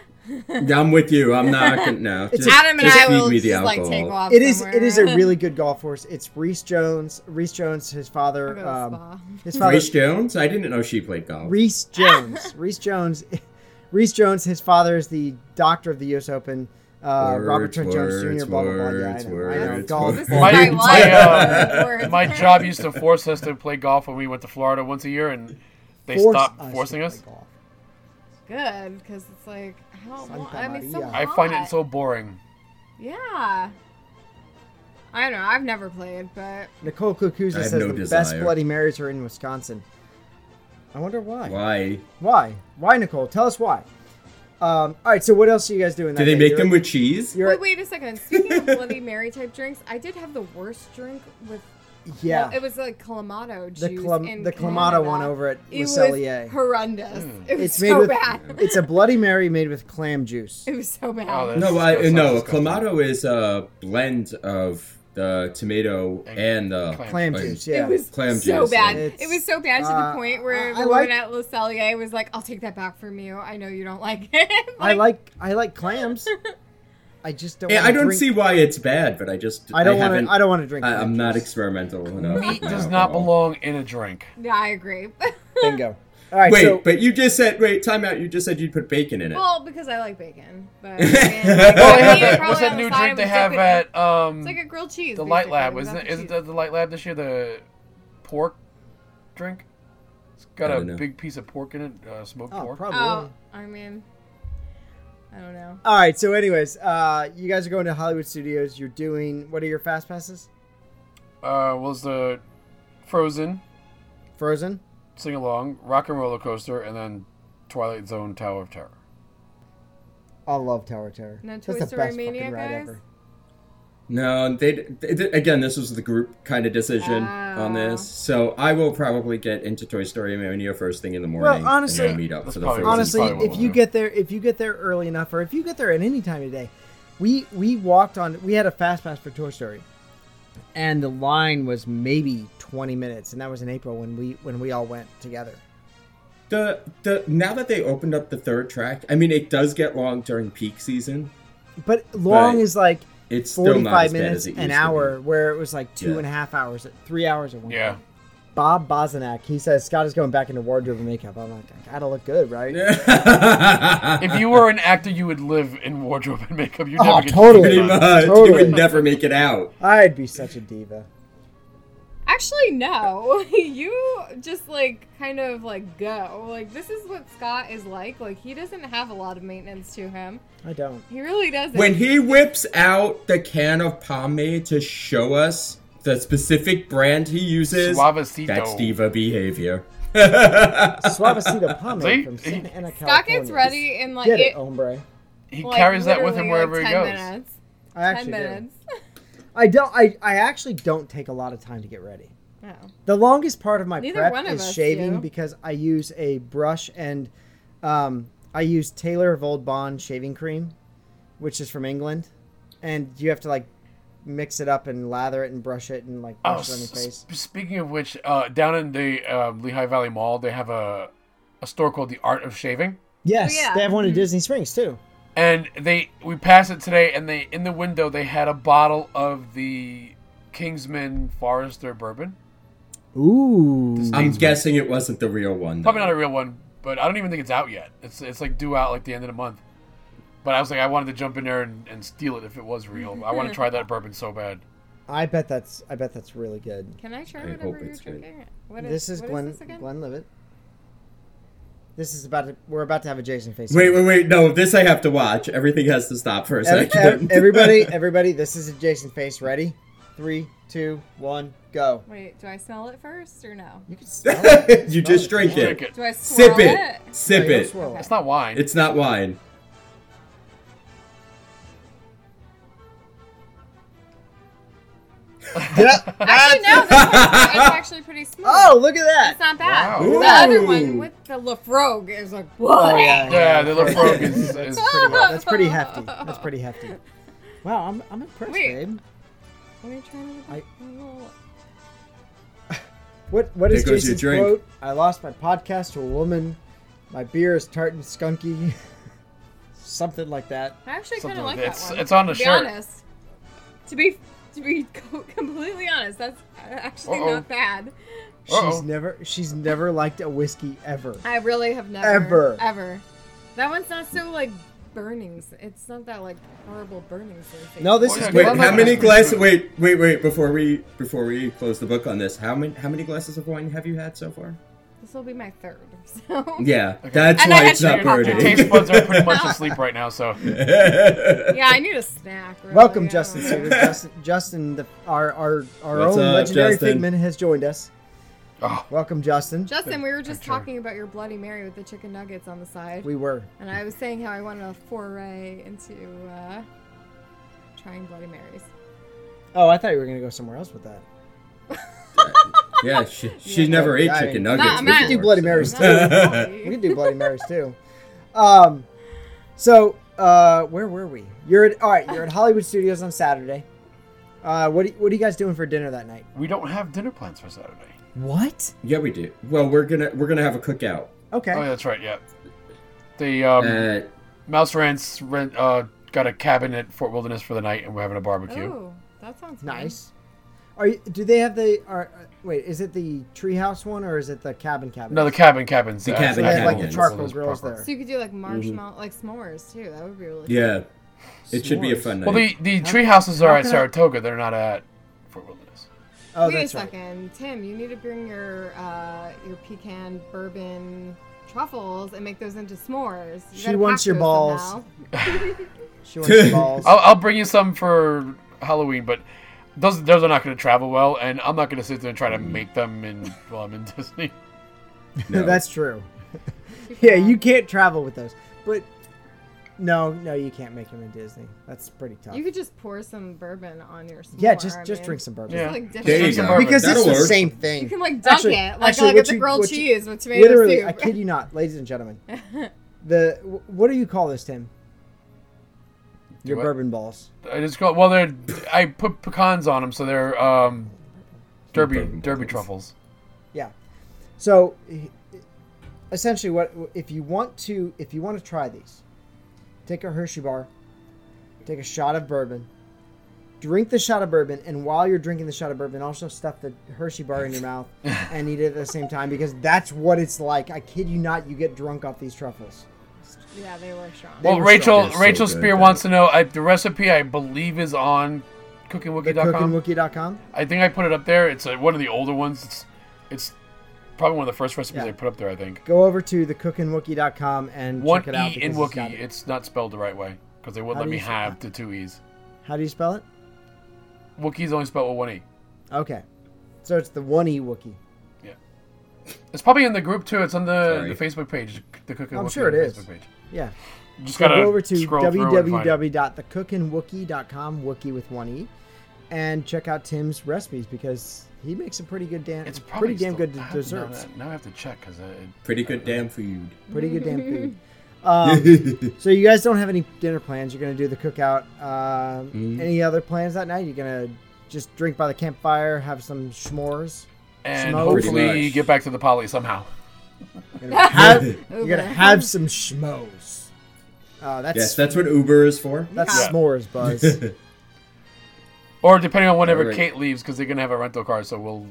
I'm with you. I'm not gonna. No, just, Adam and just I feed will me the just like alcohol. take off. It is. It somewhere. is a really good golf course. It's Reese Jones. Reese Jones. His I'll go father. to the Um, spa. his father. Grace Jones. I didn't know she played golf. Reese Jones. Reese Jones. Reese Jones, his father is the doctor of the U.S. Open. Uh, Robert Words, Trent Jones words, Jr. Blah blah blah. Yeah, I words, know. I know. words, Golf. This is My- my my, uh, life. Words. My job used to force us to play golf when we went to Florida once a year, and they Force stopped to forcing play us. golf. Good, because it's like I don't Santa want. I mean, it's so Maria. I find it hot. so boring. Yeah. I don't know. I've never played, but Nicole Kukuza I have says no the best desire. Bloody Marys are in Wisconsin. I wonder why. Why? Why? Why, Nicole? Tell us why. Um, all right. So what else are you guys doing? Do they make them with cheese? You're, wait, wait a second. Speaking of Bloody Mary type drinks, I did have the worst drink with. yeah. well, it was like clamato juice. the in clam- the Canada. clamato one over at It was Cellier. horrendous. Hmm. It was It's made so with bad. it's a Bloody Mary made with clam juice. it was so bad. Oh, that's- No, I, That's no. disgusting. Clamato is a blend of the tomato and the Clam Like- juice, yeah. It was Clam so juice, bad. it's- it was so bad to uh, the point where I- I the woman like- at Le Cellier was like, "I'll take that back from you. I know you don't like it." I like I like clams. I just don't. Yeah, wanna I don't drink- see why it's bad, but I just I don't want haven't- to. I don't want to drink. I, clam I'm not juice. experimental enough. Meat with does my not alcohol. belong in a drink. Yeah, I agree. Bingo. All right. Wait, so, but you just said wait. Time out. You just said you'd put bacon in it. well, because I like bacon, but Oh, they Yeah, yeah, have that, probably what's that on the new side drink of they a have dip at um, It's like a grilled cheese. the Light basically, Lab? without Isn't it, the isn't cheese. that the Light Lab this year? The pork drink. It's I got a don't know. big piece of pork in it, uh, smoked oh, pork. probably. Oh, I mean, I don't know. All right. So, anyways, uh, you guys are going to Hollywood Studios. You're doing. What are your fast passes? Uh, was the Frozen Frozen. sing along, Rock and Roller Coaster, and then Twilight Zone Tower of Terror. I love Tower of Terror. No That's Toy the best Story fucking Mania, ride guys? ever. No, they, they they- again. This was the group kind of decision on Ah. this, so I will probably get into Toy Story Mania first thing in the morning. honestly- and then meet up for the That's Frozen probably- honestly, final. what if we'll you do. get there, if you get there early enough, or if you get there at any time of day, we we walked on. We had a fast pass for Toy Story, and the line was maybe twenty minutes, and that was in April when we when we all went together. the the now that they opened up the third track, I mean, it does get long during peak season. But long Right. is like It's still not forty-five as bad minutes, as it used an to hour, where it was like two Yeah. and a half hours, three hours at one. Yeah. point. Bob Bozanak, he says Scott is going back into wardrobe and makeup. I'm like, I gotta look good, right? be. If you were an actor, you would live in wardrobe and makeup. You Oh, never get totally. Pretty much, you Totally. would never make it out. I'd be such a diva. Actually, no. you just like kind of like go. Like this is what Scott is like. Like he doesn't have a lot of maintenance to him. I don't. He really doesn't. When he whips out the can of pomade to show us the specific brand he uses, Suavecito. that's diva behavior. Suavecito pomade See? from Santa Ana, California. Scott gets ready and like Get it, oh. it, hombre. He like, carries that with him literally, like, wherever 10 he goes. Minutes, I Ten actually do. minutes. I don't. I, I actually don't take a lot of time to get ready. Oh. The longest part of my Neither prep one of is us shaving do. because I use a brush and um, I use Taylor of Old Bond shaving cream, which is from England, and you have to like mix it up and lather it and brush it and like Oh, brush it on your face. s- speaking of which, uh, down in the um, Lehigh Valley Mall, they have a, a store called The Art of Shaving, Yes, yeah. they have one in Mhm. Disney Springs too. and they we passed it today, and they in the window they had a bottle of the Kingsman Forester bourbon. Ooh, I'm guessing it wasn't the real one. though. Probably not a real one, but I don't even think it's out yet. It's it's like due out like the end of the month. But I was like, I wanted to jump in there and, and steal it if it was real. I want to try that bourbon so bad. I bet that's I bet that's really good. Can I try I whatever hope you're it's good. drinking? What this is what Glenn this again? Glenn Livett. This is about to, we're about to have a Jason face. Wait, wait, wait! No, this I have to watch. Everything has to stop for a Ev- second. ev- everybody, everybody, this is a Jason face. Ready? Three, two, one, go. Wait, do I smell it first or no? You can smell it. you just Smell drink Drink it. it. Do I swirl Sip it. it? No, Sip you don't it. swirl It's not wine. It's not wine. Actually, no. This one's, it's actually pretty smooth. Oh, look at that! it's not bad. Wow. The other Ooh. one with the Lafrogue is like what? Oh, yeah, yeah, the Lafrogue is, That's is pretty, that's pretty hefty. That's pretty hefty. Wow, I'm, I'm impressed, Wait. babe. Let me try another I- bottle. What what is There goes your Jason's drink. quote? I lost my podcast to a woman. My beer is tart and skunky. Something like that. I actually kind Something of like like that. that It's- one. it's on the to be shirt. Honest, to be to be co- completely honest, that's actually Uh-oh. not bad. Uh-oh. She's never she's never liked a whiskey ever. I really have never Ever. ever. That one's not so like burnings. It's not that like horrible burning sensation. No, this is Wait, good. Wait, Well, how no, many that's glasses? good. Wait, wait, wait. Before we before we close the book on this, how many how many glasses of wine have you had so far? this will be my third. So Yeah, that's And I why had it's not sugar cocktails. Your burning. taste buds are pretty much asleep right now, so yeah, I need a snack. Really. Welcome, I Justin. don't know. Suter. Justin, Justin, the, our our our What's own up, legendary Justin? Ah. figment has joined us. Oh. Welcome, Justin. Justin, we were just Picture. talking about your Bloody Mary with the chicken nuggets on the side, We were. and I was saying how I wanted a foray into uh, trying Bloody Marys. Oh, I thought you were gonna go somewhere else with that. yeah, she, she's never ate I mean, chicken No, nuggets. I'm not- before, Do Bloody Marys Not So. We really. can do Bloody Marys too. Um, so uh, where were we? You're at all right. You're at Hollywood Studios on Saturday. Uh, what do, what are you guys doing for dinner that night? we don't have dinner plans for Saturday. What? yeah, we do. Well, we're gonna we're gonna have a cookout. Okay. Oh, yeah, that's right. Yeah, the um, Uh, Mouse Rants rent uh, got a cabin at Fort Wilderness for the night, and we're having a barbecue. Ooh, Oh, that sounds fun. Nice. Are you, do they have the? Are, uh, wait, is it the treehouse one or is it the cabin cabin? No, the cabin cabins. The uh, cabin so they have like the cabins. charcoal grills proper. there. So you could do like marshmallow, Mm-hmm. like s'mores too. That would be really. yeah, it should be a S'mores. fun night. Well, the the tree houses how are at can I- Saratoga. They're not at Fort Wilderness. Oh, Wait a that's right. second, Tim. You need to bring your uh, your pecan bourbon truffles and make those into s'mores. You She gotta wants pack your those balls. somehow. She wants the balls. I'll, I'll bring you some for Halloween, but those those are not going to travel well, and I'm not going to sit there and try to make them in, while I'm in Disney. No. That's true. yeah, you can't travel with those. But no, no, you can't make them in Disney. That's pretty tough. You could just pour some bourbon on your s'more. yeah, just I just mean. drink some bourbon. Yeah, like There you Drink some go. bourbon. Because it's That'll the work. same thing. You can like dunk Actually- it, like actually, like what it's a you- grilled what you- cheese with tomato Literally, soup. I kid you not, ladies and gentlemen. The wh- what do you call this, Tim? Your what? bourbon balls. I just go well. They're I put pecans on them, so they're um, derby Bourbon derby balls. truffles. Yeah. So e- essentially what if you want to if you want to try these, take a Hershey bar, take a shot of bourbon, drink the shot of bourbon, and while you're drinking the shot of bourbon, also stuff the Hershey bar in your mouth and eat it at the same time because that's what it's like. I kid you not, you get drunk off these truffles. yeah, they were strong. Well, were Rachel shocking. They're so Rachel good, Spear though. wants to know I, the recipe. I believe is on cookingwookie.com. Cookingwookie.com. I think I put it up there. It's uh one of the older ones. It's it's probably one of the first recipes Yeah. I put up there. I think Go over to the cookingwookie.com and one check it out. e in because it's got Wookie. it. It's not spelled the right way because they wouldn't How let do me you s- have the two e's. How do you spell it? Wookiee's only spelled with one e. Okay. So it's the one E Wookie. It's probably in the group too. It's on the, Sorry. the Facebook page, the Cooking I'm Wookie sure it is. Facebook page. Yeah. Just So gotta go over to scroll through and find it. www.thecookinwookie.com, Wookie with one E, and check out Tim's recipes because he makes some pretty good damn, It's probably pretty damn still- good I have to- now desserts. that- Now I have to check because Pretty good damn food. Pretty good damn food. Um, so you guys don't have any dinner plans. You're gonna do the cookout. Um, Mm-hmm. Any other plans that night? You're gonna just drink by the campfire, have some s'mores. and Smoke. Pretty hopefully much. get back to the poly somehow. You're gonna have, you're Uber. gonna have some schmoes. Uh, that's Yes, that's what Uber is for. that's Yeah. s'mores, Buzz. Or depending on whenever Alright. Kate leaves, because they're gonna have a rental car, so we'll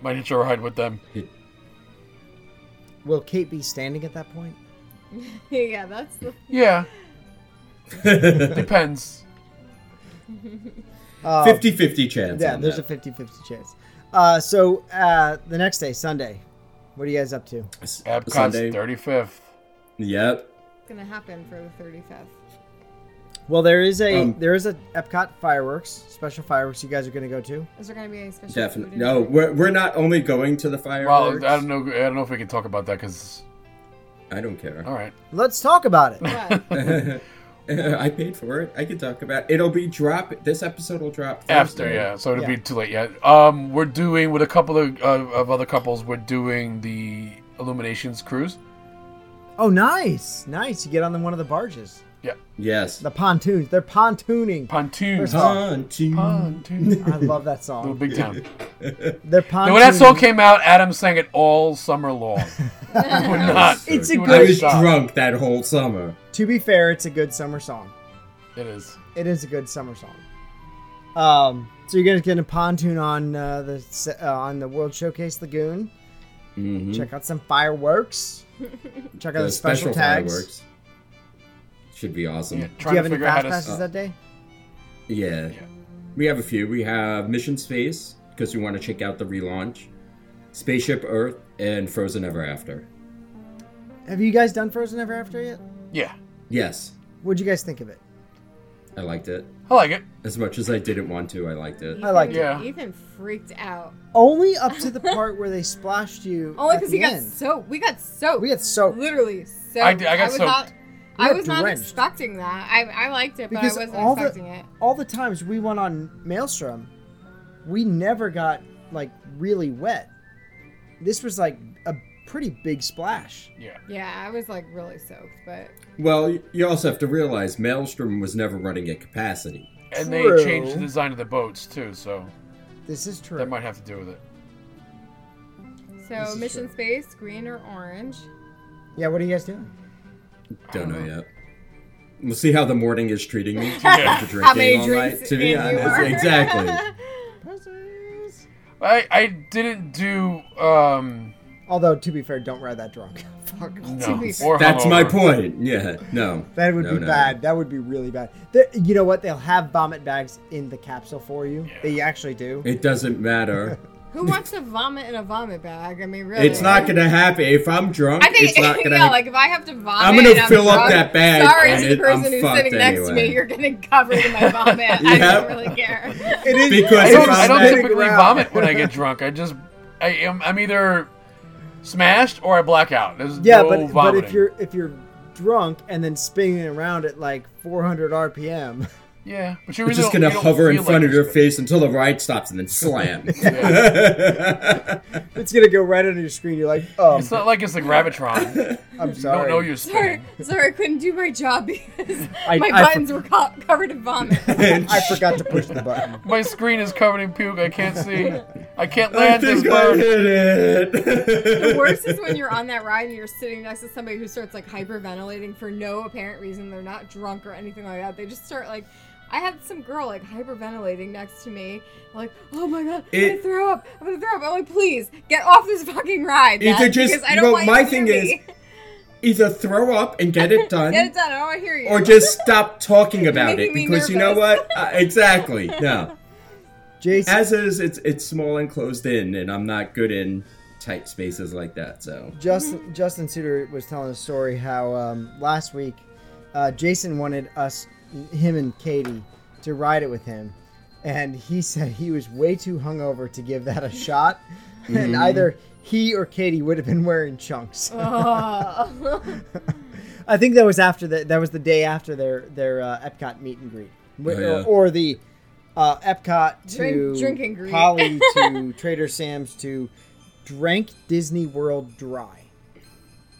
might hitch a ride with them. Will Kate be standing at that point? yeah, that's the Yeah, depends. 50-50 chance. Uh, Yeah, on there's that. a 50 50 chance. Uh, so uh, the next day, Sunday, what are you guys up to? S- Epcot's Sunday. thirty fifth. Yep. gonna happen for the 35th. Well, there is a Um, there is a Epcot fireworks special fireworks you guys are gonna go to. Is there gonna be any special? food Definitely. in No, there? we're, we're not only going to the Well, fireworks. I don't know. I don't know if we can talk about that because I don't care. all right, Let's talk about it. What? I paid for it. I can talk about it'll be drop. This episode will drop after Thursday. yeah, so it'll Yeah. be too late yet. Um, we're doing with a couple of, uh, of other couples. We're doing the Illuminations cruise. Oh, nice, nice. You get on the, one of the barges, Yeah, Yes. the pontoons. They're pontooning. pontoons. Pontoon. Pontoon. I love that Little song. big town. They're And pontooning. when that song came out, Adam sang it all summer long. He would not. It's a he would I good- not was stop. drunk that whole summer. to be fair, it's a good summer song. It is. It is a good summer song. Um, so you're gonna get a pontoon on uh, the s- uh, on the World Showcase Lagoon. Mm-hmm. Check out some fireworks. Check out the, Those special, tags. fireworks. Should be awesome. Yeah, Do you trying have to any figure out how fast to. passes that day? Yeah. Yeah. We have a few. We have Mission Space, because we want to check out the relaunch, Spaceship Earth, and Frozen Ever After. Have you guys done Frozen Ever After yet? yeah, Yes, What'd you guys think of it? I liked it. I like it. As much as I didn't want to, I liked it. I liked Ethan- it. Yeah. Ethan freaked out. Only up to the part where they splashed you. Only at because the he got end. soaked. We got soaked. We got soaked. Literally soaked. I did- I got was soaked. Not, We I got was not drenched. expecting that. I, I liked it, but because I wasn't all expecting the it. all the times we went on Maelstrom, we never got like really wet. This was like a pretty big splash. Yeah, Yeah, I was like really soaked, but Well, you also have to realize Maelstrom was never running at capacity. and True. they changed the design of the boats too, so This is true. that might have to do with it. so is mission true. space, green or orange. yeah, what are you guys doing? Don't don't Uh-huh. know know. yet. We'll see how the morning is treating me. Yeah. Drinking How many all drinks night, to be in you honest. are. Exactly. Pussies. I I didn't do um Although to be fair, don't ride that drunk. Fuck. no be fair. or That's my hungover. point. Yeah, no. That would No, be no. bad. That would be really bad. There- you know what? They'll have vomit bags in the capsule for you. They actually do. It doesn't matter. Who wants to vomit in a vomit bag? I mean, really. It's not gonna happen. If I'm drunk, I think it's not gonna. yeah, like if I have to vomit, I'm gonna and fill up drunk, that bag Sorry and to the it- I'm person who's fucked sitting next to me, anyway. you're getting covered in my vomit. I Yep. don't really care. It is Because I if don't, I'm I don't not- typically Around. vomit when I get drunk. I just I am I'm either smashed or I black out. There's Yeah, no but vomiting. but if you're if you're drunk and then spinning around at like 400 RPM, yeah, but you're It's just gonna hover in front of your face until the ride stops and then slam. it's gonna go right under your screen. You're like, oh, It's not like it's the gravitron. I'm you don't sorry. know you're Sorry, spinning. sorry, I couldn't do my job because I- my I- buttons were co- covered in vomit. I forgot to push the button. My screen is covered in puke. I can't see. I can't I land this think I bird. hit it. the worst is when you're on that ride and you're sitting next to somebody who starts like hyperventilating for no apparent reason. They're not drunk or anything like that. They just start like. I had some girl like hyperventilating next to me, like, "Oh my god, I'm gonna It- throw up! I'm gonna throw up!" I'm like, "Please get off this fucking ride!" Either Dad, just- because I don't well, want you my to thing hear is, me." Either throw up and get it done, get it done. I don't want to hear you. or just stop talking about making it me because you know nervous. what? Uh, exactly. No. Jason, As is, it's it's small and closed in, and I'm not good in tight spaces like that. So Mm-hmm. Justin, Justin Suter was telling a story how um, last week uh, Jason wanted us, him and Katie, to ride it with him, and he said he was way too hungover to give that a shot, and Mm-hmm. either he or Katie would have been wearing chunks. Oh. Ugh. I think that was after the, that was the day after their their uh, Epcot meet and greet, Wh- Oh, yeah. or, or the uh, Epcot to Drink- drink and greet. Polly to Trader Sam's to drank Disney World dry.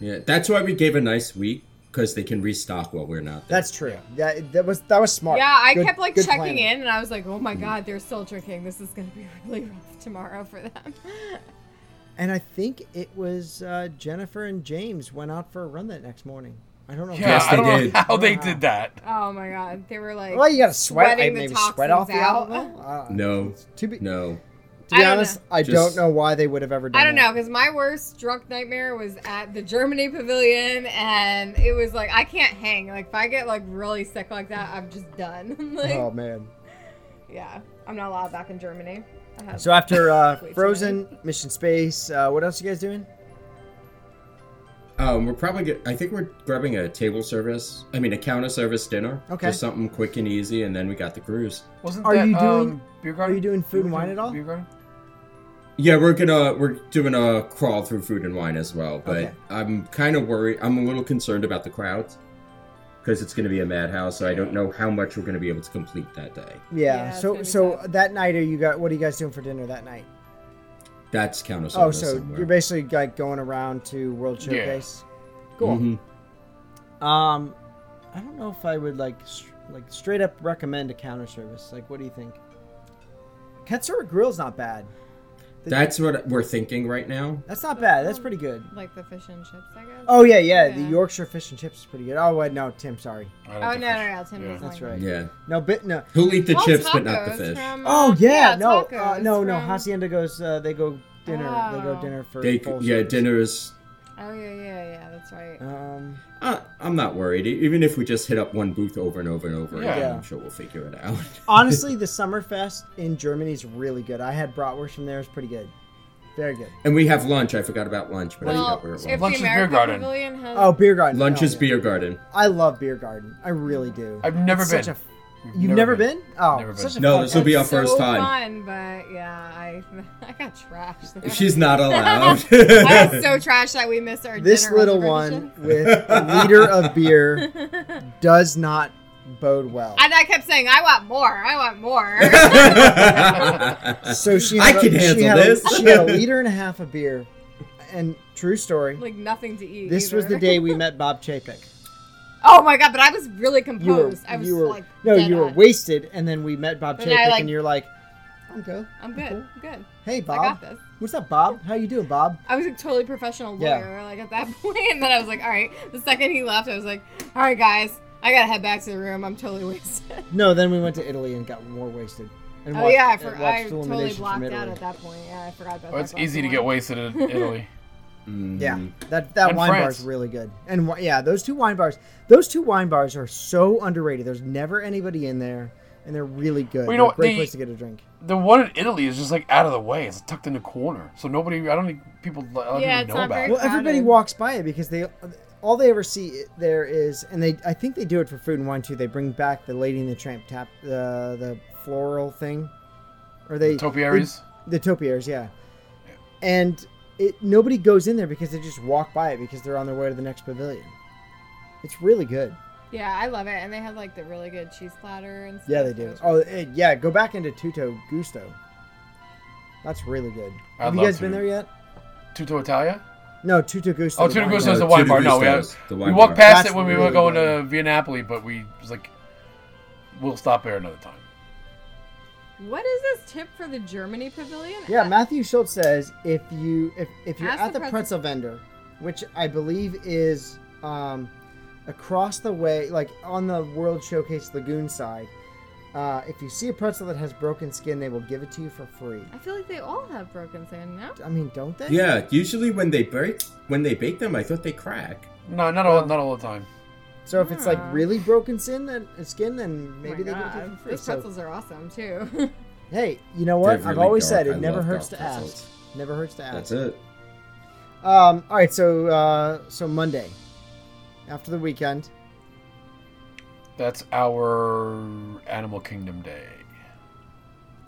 yeah, that's why we gave a nice week because they can restock while we're not there. That's true. That that was that was smart. yeah, I Good- kept like good checking planning. in, and I was like, "Oh my god, they're still drinking. This is gonna be really rough tomorrow for them." And I think it was uh, Jennifer and James went out for a run that next morning. I don't know. Yeah, Yes, I they don't know did. how they did that. oh my god, they were like, Well, you got to sweat. I Sweating the maybe sweat toxins off the out. alcohol. Uh, No, To be, no. to be I don't honest, know. I don't Just- know why they would have ever done. I don't that. know, because my worst drunk nightmare was at the Germany Pavilion, and it was like I can't hang. Like if I get like really sick like that, I'm just done. like, Oh man. yeah, I'm not allowed back in Germany. I had- So after uh, Wait, Frozen, Mission Space, uh, what else you guys doing? Um, we're probably. Get, I think we're grabbing a table service. I mean, a counter service dinner. Okay. Just something quick and easy, and then we got the cruise. Wasn't Are that you doing- um, beer garden? are you doing food and wine at all? Beer garden? Yeah, we're gonna we're doing a crawl through food and wine as well. But Okay. I'm kind of worried. I'm a little concerned about the crowds because it's gonna be a madhouse. So I don't know how much we're gonna be able to complete that day. Yeah. Yeah, it's so gonna be so tough. that night, are you got? What are you guys doing for dinner that night? That's counter Oh, service. so somewhere. you're basically like going around to World Yeah. Showcase. Cool. Mhm. Um, I don't know if I would like str- like straight up recommend a counter service. Like, what do you think? Katsura Grill's not bad. That's what we're thinking right now. That's not bad. That's pretty good. like the fish and chips, I guess. Oh yeah, yeah. The Yeah. Yorkshire fish and chips is pretty good. Oh wait, no, Tim, sorry. I don't Oh, think no, I no, should- no, Tim doesn't That's like right. Yeah, No, bit no. who'll eat the Well, chips but not the tacos fish? from, uh, Oh yeah, no, uh, tacos no, no. from- Hacienda goes. Uh, they go dinner. They go Oh. dinner for. They full yeah service. dinner is Oh yeah, yeah, yeah. That's right. Um, I, I'm not worried. E- Even if we just hit up one booth over and over and over again, Yeah. I'm sure we'll figure it out. honestly, the Summerfest in Germany is really good. I had bratwurst from there; it's pretty good, very good. and we have lunch. I forgot about lunch, but I well, forgot where it was. if Lunch is the Beer American Garden. Pavilion has Oh, beer garden. lunch Oh, is yeah. beer garden. I love beer garden. I really do. I've never It's been. Such a, you've never, been? Oh, Never been. such a No, fun- this will be our so first time. fun, but yeah, I I got trashed. She's not allowed. I was so trashed that we missed our this dinner little reservation. one with a liter of beer does not bode well. And I kept saying, "I want more. I want more." So she I had a- can she handle had a- this. she had a liter and a half of beer, and true story. like nothing to eat. This was either. the day we met Bob Chapek. Oh my god! But I was really You were, composed. I was you were, like, no, dead you were on. wasted, and then we met Bob And I, Chapek, like- and you're like, "I'm good. I'm good. I'm good. Hey, I Bob. got this. What's up, Bob? How you doing, Bob? I was a totally professional Yeah. lawyer, like at that point, and then I was like, all right. The second he left, I was like, all right, guys, I gotta head back to the room. I'm totally wasted. No, then we went to Italy and got more wasted. And Oh watched- yeah, I, and for- watched I Elimination totally from blocked out Italy. at that point. Yeah, I forgot about Well, that. Oh, it's glass easy of to get wine. wasted in Italy. Hmm. Yeah, that that And wine bar France. is really good. And wi- yeah, those two wine bars, those two wine bars are so underrated. There's never anybody in there, and they're really good. Well, you They're know a what, great the- place to get a drink. The one in Italy is just like out of the way. It's tucked in the corner, so nobody. I don't think people. I don't Yeah, even it's know not about. very- it. Well, everybody crowded. walks by it because they all they ever see there is, and they I think they do it for food and wine too. They bring back the Lady in the Tramp tap the the floral thing, or they Topiaries. the topiaries, yeah. And it nobody goes in there because they just walk by it because they're on their way to the next pavilion. It's really good. Yeah, I love it, and they had like the really good cheese platter and stuff. Yeah, they do. Oh, eh, yeah. Go back into Tutto Gusto. That's really good. I'd Have you love guys been to. there yet? Tutto Italia. No, Tutto Gusto. Oh, the Tutto wine Gusto bar. is the No, wine Tutto bar. No, we, Gusto's have, the we wine bar. walked past That's it when we really were going good. to Via Napoli, but we it was like, we'll stop there another time. What is this tip for the Germany pavilion? Yeah, Matthew Schultz says if you if if you're Ask at the the pretzel pretzel- vendor, which I believe is um, across the way, like on the World Showcase Lagoon side, uh, if you see a pretzel that has broken skin, they will give it to you for free. I feel like they all have broken sand Oh now. I mean, don't they? yeah, usually when they break, when they bake them, I thought they crack. No, not all, not all the time. So if it's like Yeah. really broken skin, then uh, skin, then maybe they oh my give it to you God. for free. Those So- pretzels are awesome too. Hey, you know what? They're I've really always dark. said it I never love hurts to dark ask. pretzels. Never hurts to ask. That's it. Um, all right, so uh, so Monday, after the weekend, That's our Animal Kingdom Day.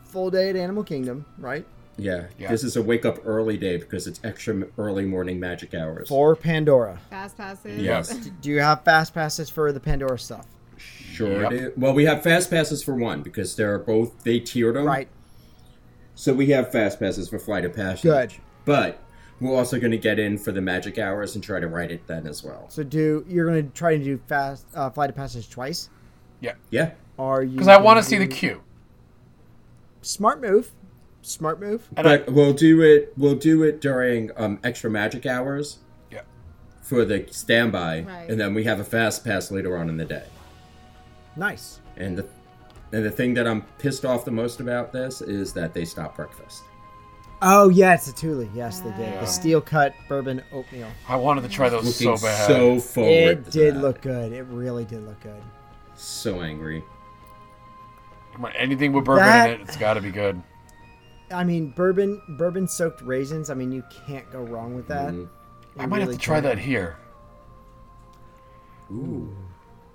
full day at Animal Kingdom, right? Yeah. Yeah. This is a wake up early day because it's extra early morning magic hours. For Pandora, Fast passes. Yes. do you have fast passes for the Pandora stuff? Sure. Yep. do. Well, we have fast passes for one because they're both they tiered them. Right. So we have fast passes for Flight of Passage. Good. But we're also going to get in for the magic hours and try to write it then as well. So do you're going to try to do fast uh, flight of passage twice? Yeah. Are you? Because I want to gonna see the do- queue. Smart move. Smart move. And I, but we'll do it. We'll do it during um, extra magic hours. Yeah. For the standby, Right. and then we have a fast pass later on in the day. Nice. And the and the thing that I'm pissed off the most about this is that they stopped breakfast. Oh yeah, it's a Thule. Yes, they did Yeah. the steel cut bourbon oatmeal. I wanted to try those so Looking bad. so forward. It to did that. look good. It really did look good. so angry. Come on, anything with bourbon That- in it, it's got to be good. I mean, bourbon bourbon soaked raisins. I mean, you can't go wrong with that. Mhm. I might have to try that here Ooh.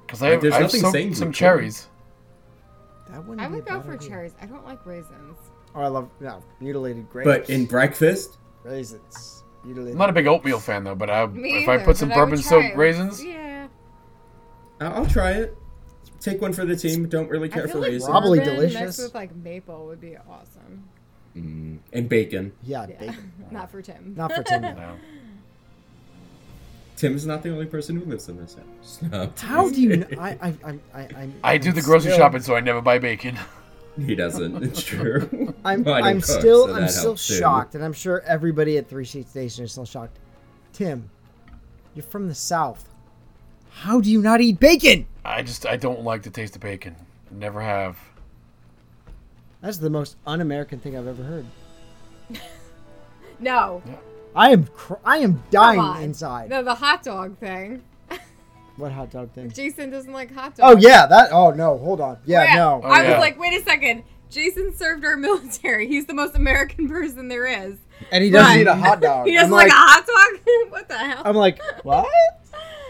because I Like, have, there's I have nothing saying some, you some couldn't. cherries. That wouldn't I be would a go bad for idea. cherries. I don't like raisins. Oh, I love no mutilated grapes. But in breakfast, raisins, I'm mutilated. not a big oatmeal fan though, but I, Me if I either, put some but I would bourbon try it. soaked raisins, Yeah. I- I'll try it. Take one for the team. Don't really I care feel for like raisins Probably bourbon delicious. mixed with like maple would be awesome. Mm, and bacon. yeah, Yeah. bacon. Not for Tim. Not for Timmy. no. Tim's not the only person who lives in this house. No, How do you? kn- I I I I I'm- I do I'm the grocery still- shopping, so I never buy bacon. he doesn't. It's true. I'm Well, I didn't I'm cook, still so I'm that still helps too. shocked, and I'm sure everybody at Three Sheet Station is still shocked. Tim, you're from the South. How do you not eat bacon? I just I don't like the taste of bacon. Never have. That's the most un-American thing I've ever heard. No. I am cr- I am dying Come on. inside. The, the hot dog thing. What hot dog thing? Jason doesn't like hot Oh dogs. yeah, that. Oh no, hold on. Yeah, Crap. no. Oh, I yeah. was like, wait a second. Jason served our military. He's the most American person there is. and he doesn't Right. eat a hot dog. He doesn't I'm like, like, a hot dog. what the hell? I'm like, what?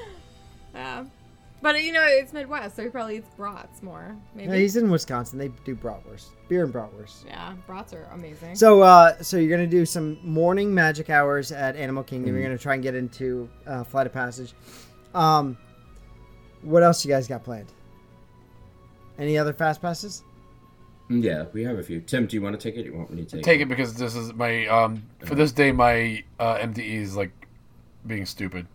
Yeah. But you know, it's Midwest, so he probably eats brats more. Maybe. No, he's in Wisconsin. They do bratwurst, beer and bratwurst. yeah, brats are amazing. So, uh, so you're gonna do some morning magic hours at Animal Kingdom. You're gonna try and get into uh, Flight of Passage. Um, what else you guys got planned? Any other fast passes? Yeah, we have a few. Tim, do you want to take it? You want me to take, Take it because this is my um for this day my uh, MDE is like being stupid.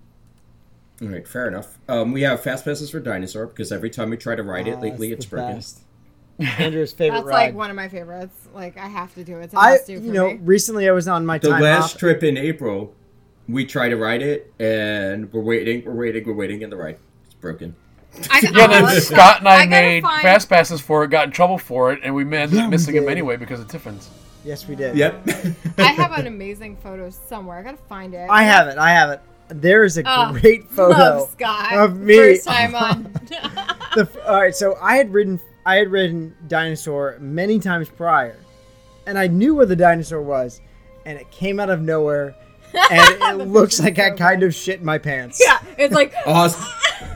All right, fair enough. Um, we have fast passes for Dinosaur because every time we try to ride it Ah, lately, that's it's the broken. best. Andrew's favorite That's ride. like one of my favorites. Like I have to do it. It's a I, must do for you know, me. recently I was on my The time last off. trip in April, we try to ride it, and we're waiting, we're waiting, we're waiting, and the ride is broken. I, Yeah, then Scott and I, Uh-huh. gotta made find- fast passes for it, got in trouble for it, and we ended Yeah, we up missing him did. anyway because of Tiffin's. Yes, we did. Yep. I have an amazing photo somewhere. I gotta find it. I have it. I have it. There is a Oh, great photo. Love Scott. of me. First time on. the, f- all right, so I had ridden I had ridden dinosaur many times prior, and I knew where the dinosaur was, and it came out of nowhere, and it looks like I kind of shit my pants. yeah, it's like awesome.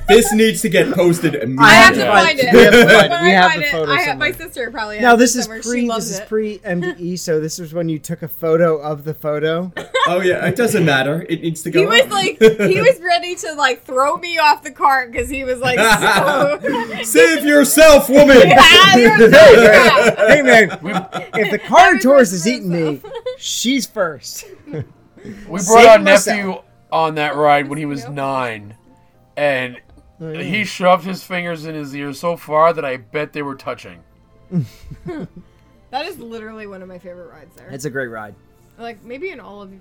This needs to get posted immediately. I I have to Yeah. find it. We have to When find it. I We have find the it, photo I have, my somewhere. sister probably. has Now it this is somewhere. She pre loves this is it. pre MDE, so this was when you took a photo of the photo. Oh yeah, it doesn't matter. It needs to go. He was up. like, he was ready to like throw me off the cart because he was like, so. "Save yourself, woman." Ah, you're a crap. hey man, We, we if the Carnotaurus is Everybody eating me, she's first. brought our Saving nephew myself. on that ride when he was Nope. nine, and Oh, yeah. he shoved his fingers in his ears so far that I bet they were touching. That is literally one of my favorite rides there. It's a great ride. like maybe in all of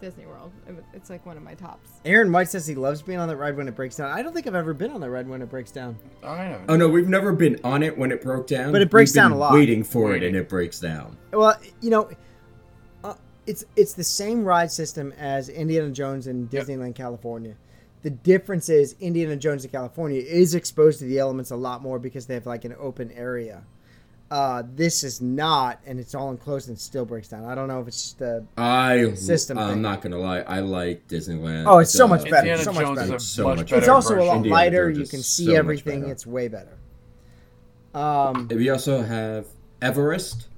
Disney World, it- it's like one of my tops. Aaron White says he loves being on that ride when it breaks down. I don't think I've ever been on that ride when it breaks down. I know. oh no, we've never been on it when it broke down. But it breaks We've been down a lot. Waiting for it and it breaks down. Well, you know, uh, it's it's the same ride system as Indiana Jones in Disneyland California. The difference is Indiana Jones in California is exposed to the elements a lot more because they have like an open area. Uh, this is not, and it's all enclosed and still breaks down. I don't know if it's just the I System I'm thing. not gonna lie. I like Disneyland. Oh, it's so much Uh, better, Indiana so much Jones better. is a So much much better. better. it's also a lot version. Indiana lighter. Jones You is can so see much everything. better. It's way better. Um, We also have Everest,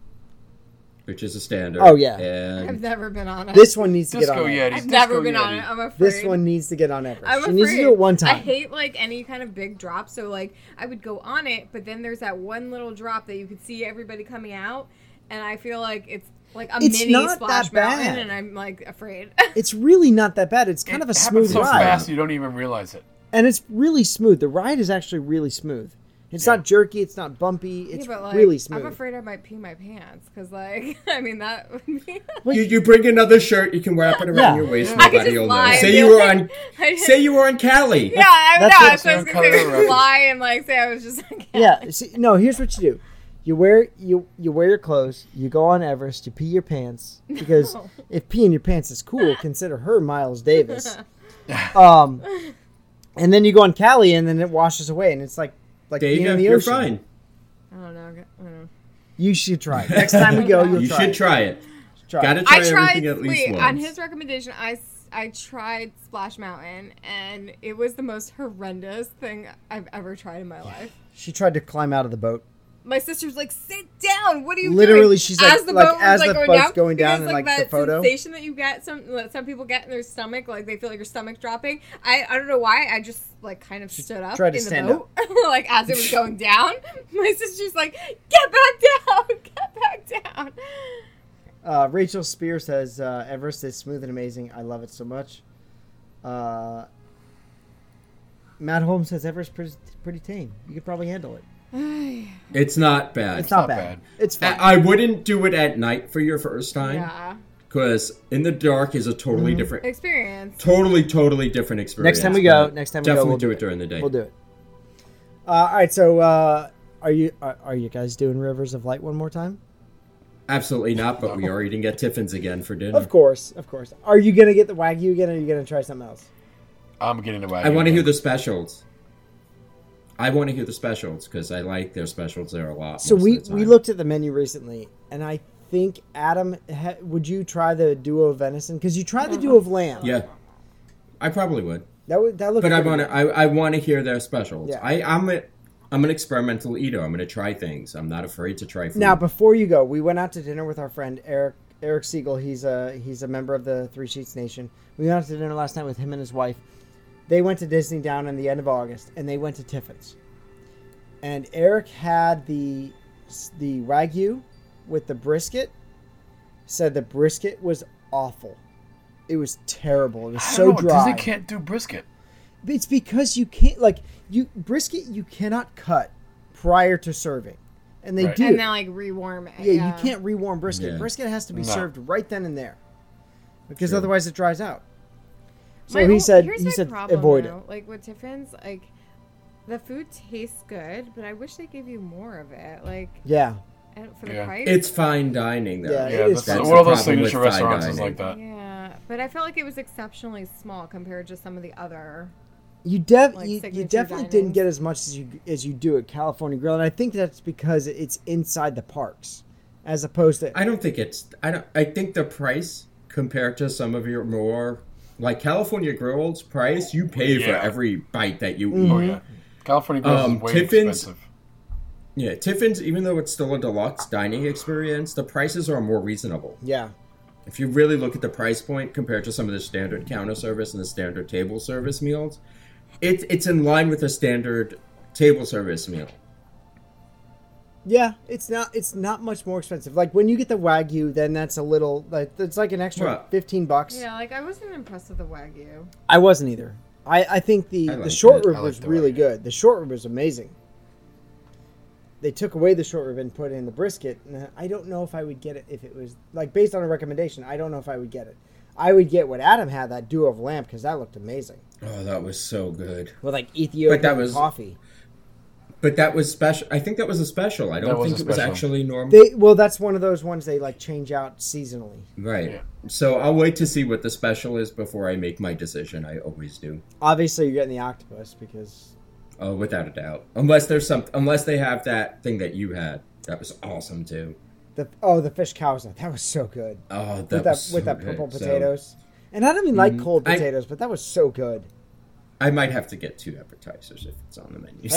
which is a standard. Oh, yeah. I've and never been on it. this one needs to get Disco on. it. Yeti. I've never been on it. I'm afraid. This one needs to get on Everest. I'm she afraid. needs to do it one time. I hate like any kind of big drop. So like I would go on it, but then there's that one little drop that you could see everybody coming out, and I feel like it's like a It's mini not splash that bad. mountain, and I'm like afraid. it's really not that bad. It's kind of a It happens smooth so ride. fast you don't even realize it. and it's really smooth. The ride is actually really smooth. It's not jerky. It's not bumpy. It's Yeah, but, like, really smooth. I'm afraid I might pee my pants because like I mean that would be. you, you bring another shirt. You can wrap it around Yeah. your waist. I could Nobody just will lie. know. and Say be you were like- on. I just- Say you were on Cali. Yeah, I That's know. what I was Sam supposed to Color say, wrote. lie and like say I was just like yeah. See, no. Here's what you do. You wear you you wear your clothes. You go on Everest. You pee your pants because No. if peeing your pants is cool, consider her Miles Davis. um, and then you go on Cali, and then it washes away, and it's like like Dave, being in the you're ocean. fine. I don't know. I don't know. You should try. it. Next time we go, Oh you'll You try. should it. try it. Try it. Gotta try I tried. everything at least wait, once. on his recommendation, I s- I tried Splash Mountain, and it was the most horrendous thing I've ever tried in my life. She tried to climb out of the boat. My sister's like, "Sit down. What are you Literally, doing?" she's like- like, as the boat's going down because, and, like, the that photo. sensation that you get some that some people get in their stomach, like they feel like your stomach dropping. I I don't know why. I just like kind of stood up tried to in the stand boat, like as it was going down. My sister's like, "Get back down. Get back down." Uh, Rachel Spear says uh, Everest is smooth and amazing. I love it so much. Uh, Matt Holmes says Everest pretty, pretty tame. You could probably handle it. It's not bad. It's, not, not bad. bad. It's fine. I I wouldn't do it at night for your first time Yeah, because in the dark is a totally different, experience. totally, totally different experience. next time we go, but next time we definitely go, we'll do it during the day. We'll do it. Uh, all right. So, uh, are you are, are you guys doing Rivers of Light one more time? Absolutely not, but we are eating at Tiffin's again for dinner. Of course, of course. Are you gonna get the wagyu again, or are you gonna try something else? I'm getting away. I want to hear the specials. I want to hear the specials because I like their specials there a lot. So most of we the time. we looked at the menu recently, and I think Adam, ha, would you try the duo of venison? Because you tried the Uh-huh. duo of lamb. Yeah, I probably would, that would that looked. but I pretty want good. to. I, I want to hear their specials. Yeah. I I'm a, I'm an experimental eater. I'm going to try things. I'm not afraid to try food. Now, before you go, we went out to dinner with our friend Eric Eric Siegel. He's a he's a member of the Three Sheets Nation. We went out to dinner last night with him and his wife. They went to Disney Down in the end of August, and they went to Tiffin's. And Eric had the the wagyu with the brisket. Said the brisket was awful. It was terrible. It was I don't so know, dry. Disney can't do brisket. It's because you can't like you brisket you cannot cut prior to serving, and they Right. do. and then like rewarm it. Yeah, you can't rewarm brisket. Yeah. Brisket has to be No. served right then and there, because True. otherwise it dries out. So My he whole- said here's he my said problem, avoid though. Like with Tiffin's, like the food tastes good, but I wish they gave you more of it. Like it. Yeah, I don't- for the Yeah. price. it's fine dining there. Yeah, it Yeah, is that's, fine. one of That's those the problem signature with fine restaurants is dining. like that. yeah, but I felt like it was exceptionally small compared to some of the other. you def Like you, you signature definitely dining. didn't get as much as you as you do at California Grill, and I think that's because it's inside the parks, as opposed to I don't think it's. I don't. I think the price compared to some of your more like California Grill's price, you pay for Yeah. every bite that you Oh eat. yeah, Mm-hmm. California Grills Um, is way Tiffin's- expensive. Yeah, Tiffin's, even though it's still a deluxe dining experience, the prices are more reasonable. yeah. If you really look at the price point compared to some of the standard counter service and the standard table service meals, it, it's in line with a standard table service meal. Yeah, it's not it's not much more expensive. Like when you get the wagyu, then that's a little like it's like an extra Right. fifteen bucks. Yeah, like I wasn't impressed with the wagyu. I wasn't either. I, I think the, I the liked short it. rib I was liked the really wagyu. good. The short rib was amazing. They took away the short rib and put in the brisket. And I don't know if I would get it if it was like based on a recommendation. I don't know if I would get it. I would get what Adam had that duo of lamb because that looked amazing Oh, that was so good. with like Ethiopian was- coffee. But that was special. I think that was a special. I That don't was think a it was special. actually normal. They well, that's one of those ones they like change out seasonally. Right. Yeah. So I'll wait to see what the special is before I make my decision. I always do, Obviously, you're getting the octopus because uh, without a doubt. Unless there's some, unless they have that thing that you had, that was awesome too. the oh the fish cowza that was so good Oh, that with was that so with that good. purple So potatoes. And Mm-hmm. I don't even like cold I- potatoes, but that was so good. I might have to get two appetizers if it's on the menu.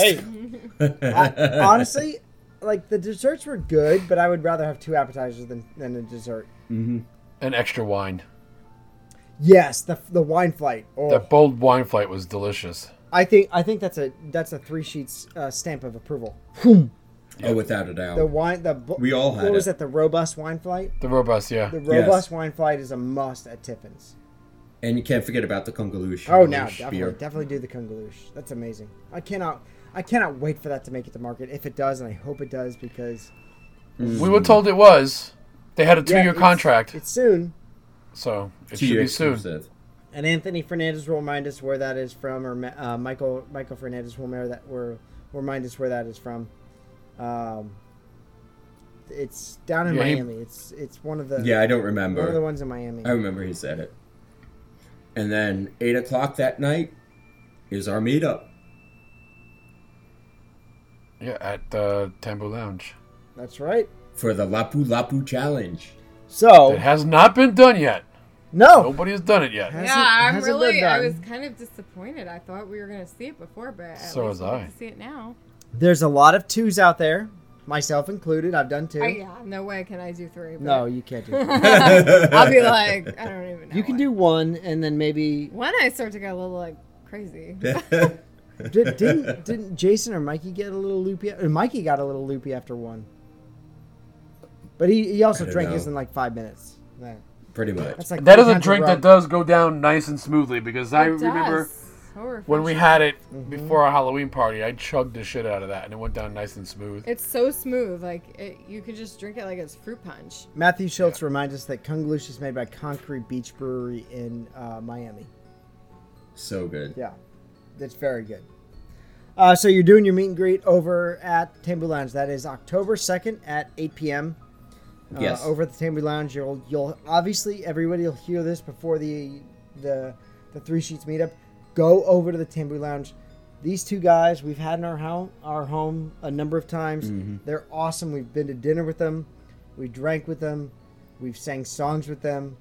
Hey. I, honestly, like the desserts were good, but I would rather have two appetizers than, than a dessert. And extra wine. Yes, the the wine flight. Oh, That bold wine flight was delicious. I think I think that's a that's a three sheets uh, stamp of approval. oh, without a doubt. The wine, the bu- We all had what was it. that? The robust wine flight. The robust, yeah. The Yes. robust wine flight is a must at Tiffin's. and you can't forget about the Kungaloosh. Oh, no, Kungaloosh definitely, definitely do the Kungaloosh. That's amazing. I cannot, I cannot wait for that to make it to market. If it does, and I hope it does, because we were told it was. They had a Yeah, two-year it's- contract, It's soon. so it To should your be soon. exclusive. And Anthony Fernandez will remind us where that is from, or Ma- uh, Michael Michael Fernandez will remember that will remind us where that is from. Um, it's down in Yeah, he- Miami. It's it's one of the Yeah, I don't one of the remember. ones in Miami. I Oh. remember he said it. And then eight o'clock that night is our meetup. Yeah, at the Tambu Lounge. That's right. for the Lapu Lapu Challenge. So It has not been done yet. no, Nobody has done it yet. Has Yeah, it- I'm has it been really. I done? was kind of disappointed. I thought we were gonna see it before, but at So least was we get I. To see it now. there's a lot of twos out there, myself included. I've done two. I, yeah, no way can I do three. but No, you can't do. That. I'll be like, I don't even. know. you can what. do one, and then maybe when I start to get a little like crazy. did, didn't didn't Jason or Mikey get a little loopy? Or Mikey got a little loopy after one, but he, he also I don't drank his know. in like five minutes. Yeah. Pretty much. That's like That is three a times drink run. that does go down nice and smoothly because I It remember does. So when we refreshing. had it before our Halloween party, I chugged the shit out of that and it went down nice and smooth. It's so smooth, like it, you could just drink it like it's fruit punch. Matthew Schultz reminds us that Kungaloosh is made by Concrete Beach Brewery in uh, Miami. So good. Yeah, that's very good. Uh, so you're doing your meet and greet over at Tambu Lounge. That is October 2nd at 8 p.m. uh, Yes. over at the Tambry Lounge. You'll you'll obviously everybody will hear this before the the the three sheets meetup. Go over to the Tambry Lounge. These two guys we've had in our home our home a number of times. They're awesome. We've been to dinner with them. We drank with them. We've sang songs with them.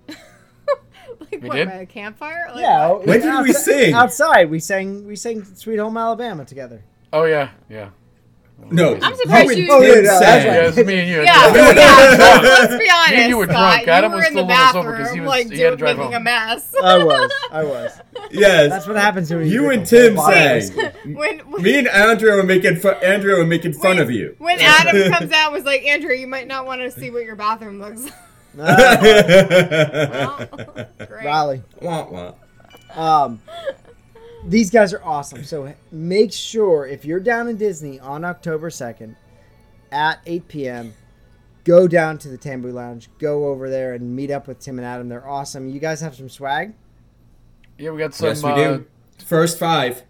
Like We what did? by a campfire? Like, Yeah. When did we outside- sing? Outside, we sang we sang "Sweet Home Alabama" together. Oh yeah, yeah. No, I'm surprised you you- did Oh, yeah, no, that's say. Yeah, it's me and you. Yeah, yeah. Let's, let's be honest. You- you were drunk. Scott. Adam you were was in the still a little sober 'cause bathroom, he was- like, he had to dude, drive making a home. mess. I was. I was. Yes. That's what happens when You drink and a whole Tim bottle of sang. whiskey. when when, Me and Andrew are making fun. Andrew are making fun of you. when Adam comes out, and was like, Andrew, you might not want to see what your bathroom looks like. No, Well, great. Raleigh. Wah, wah. Um, these guys are awesome. So make sure if you're down in Disney on October 2nd at 8 p.m., go down to the Tambu Lounge. Go over there and meet up with Tim and Adam. They're awesome. You guys have some swag? Yeah, we got some. Yes, we uh, do. First five. First,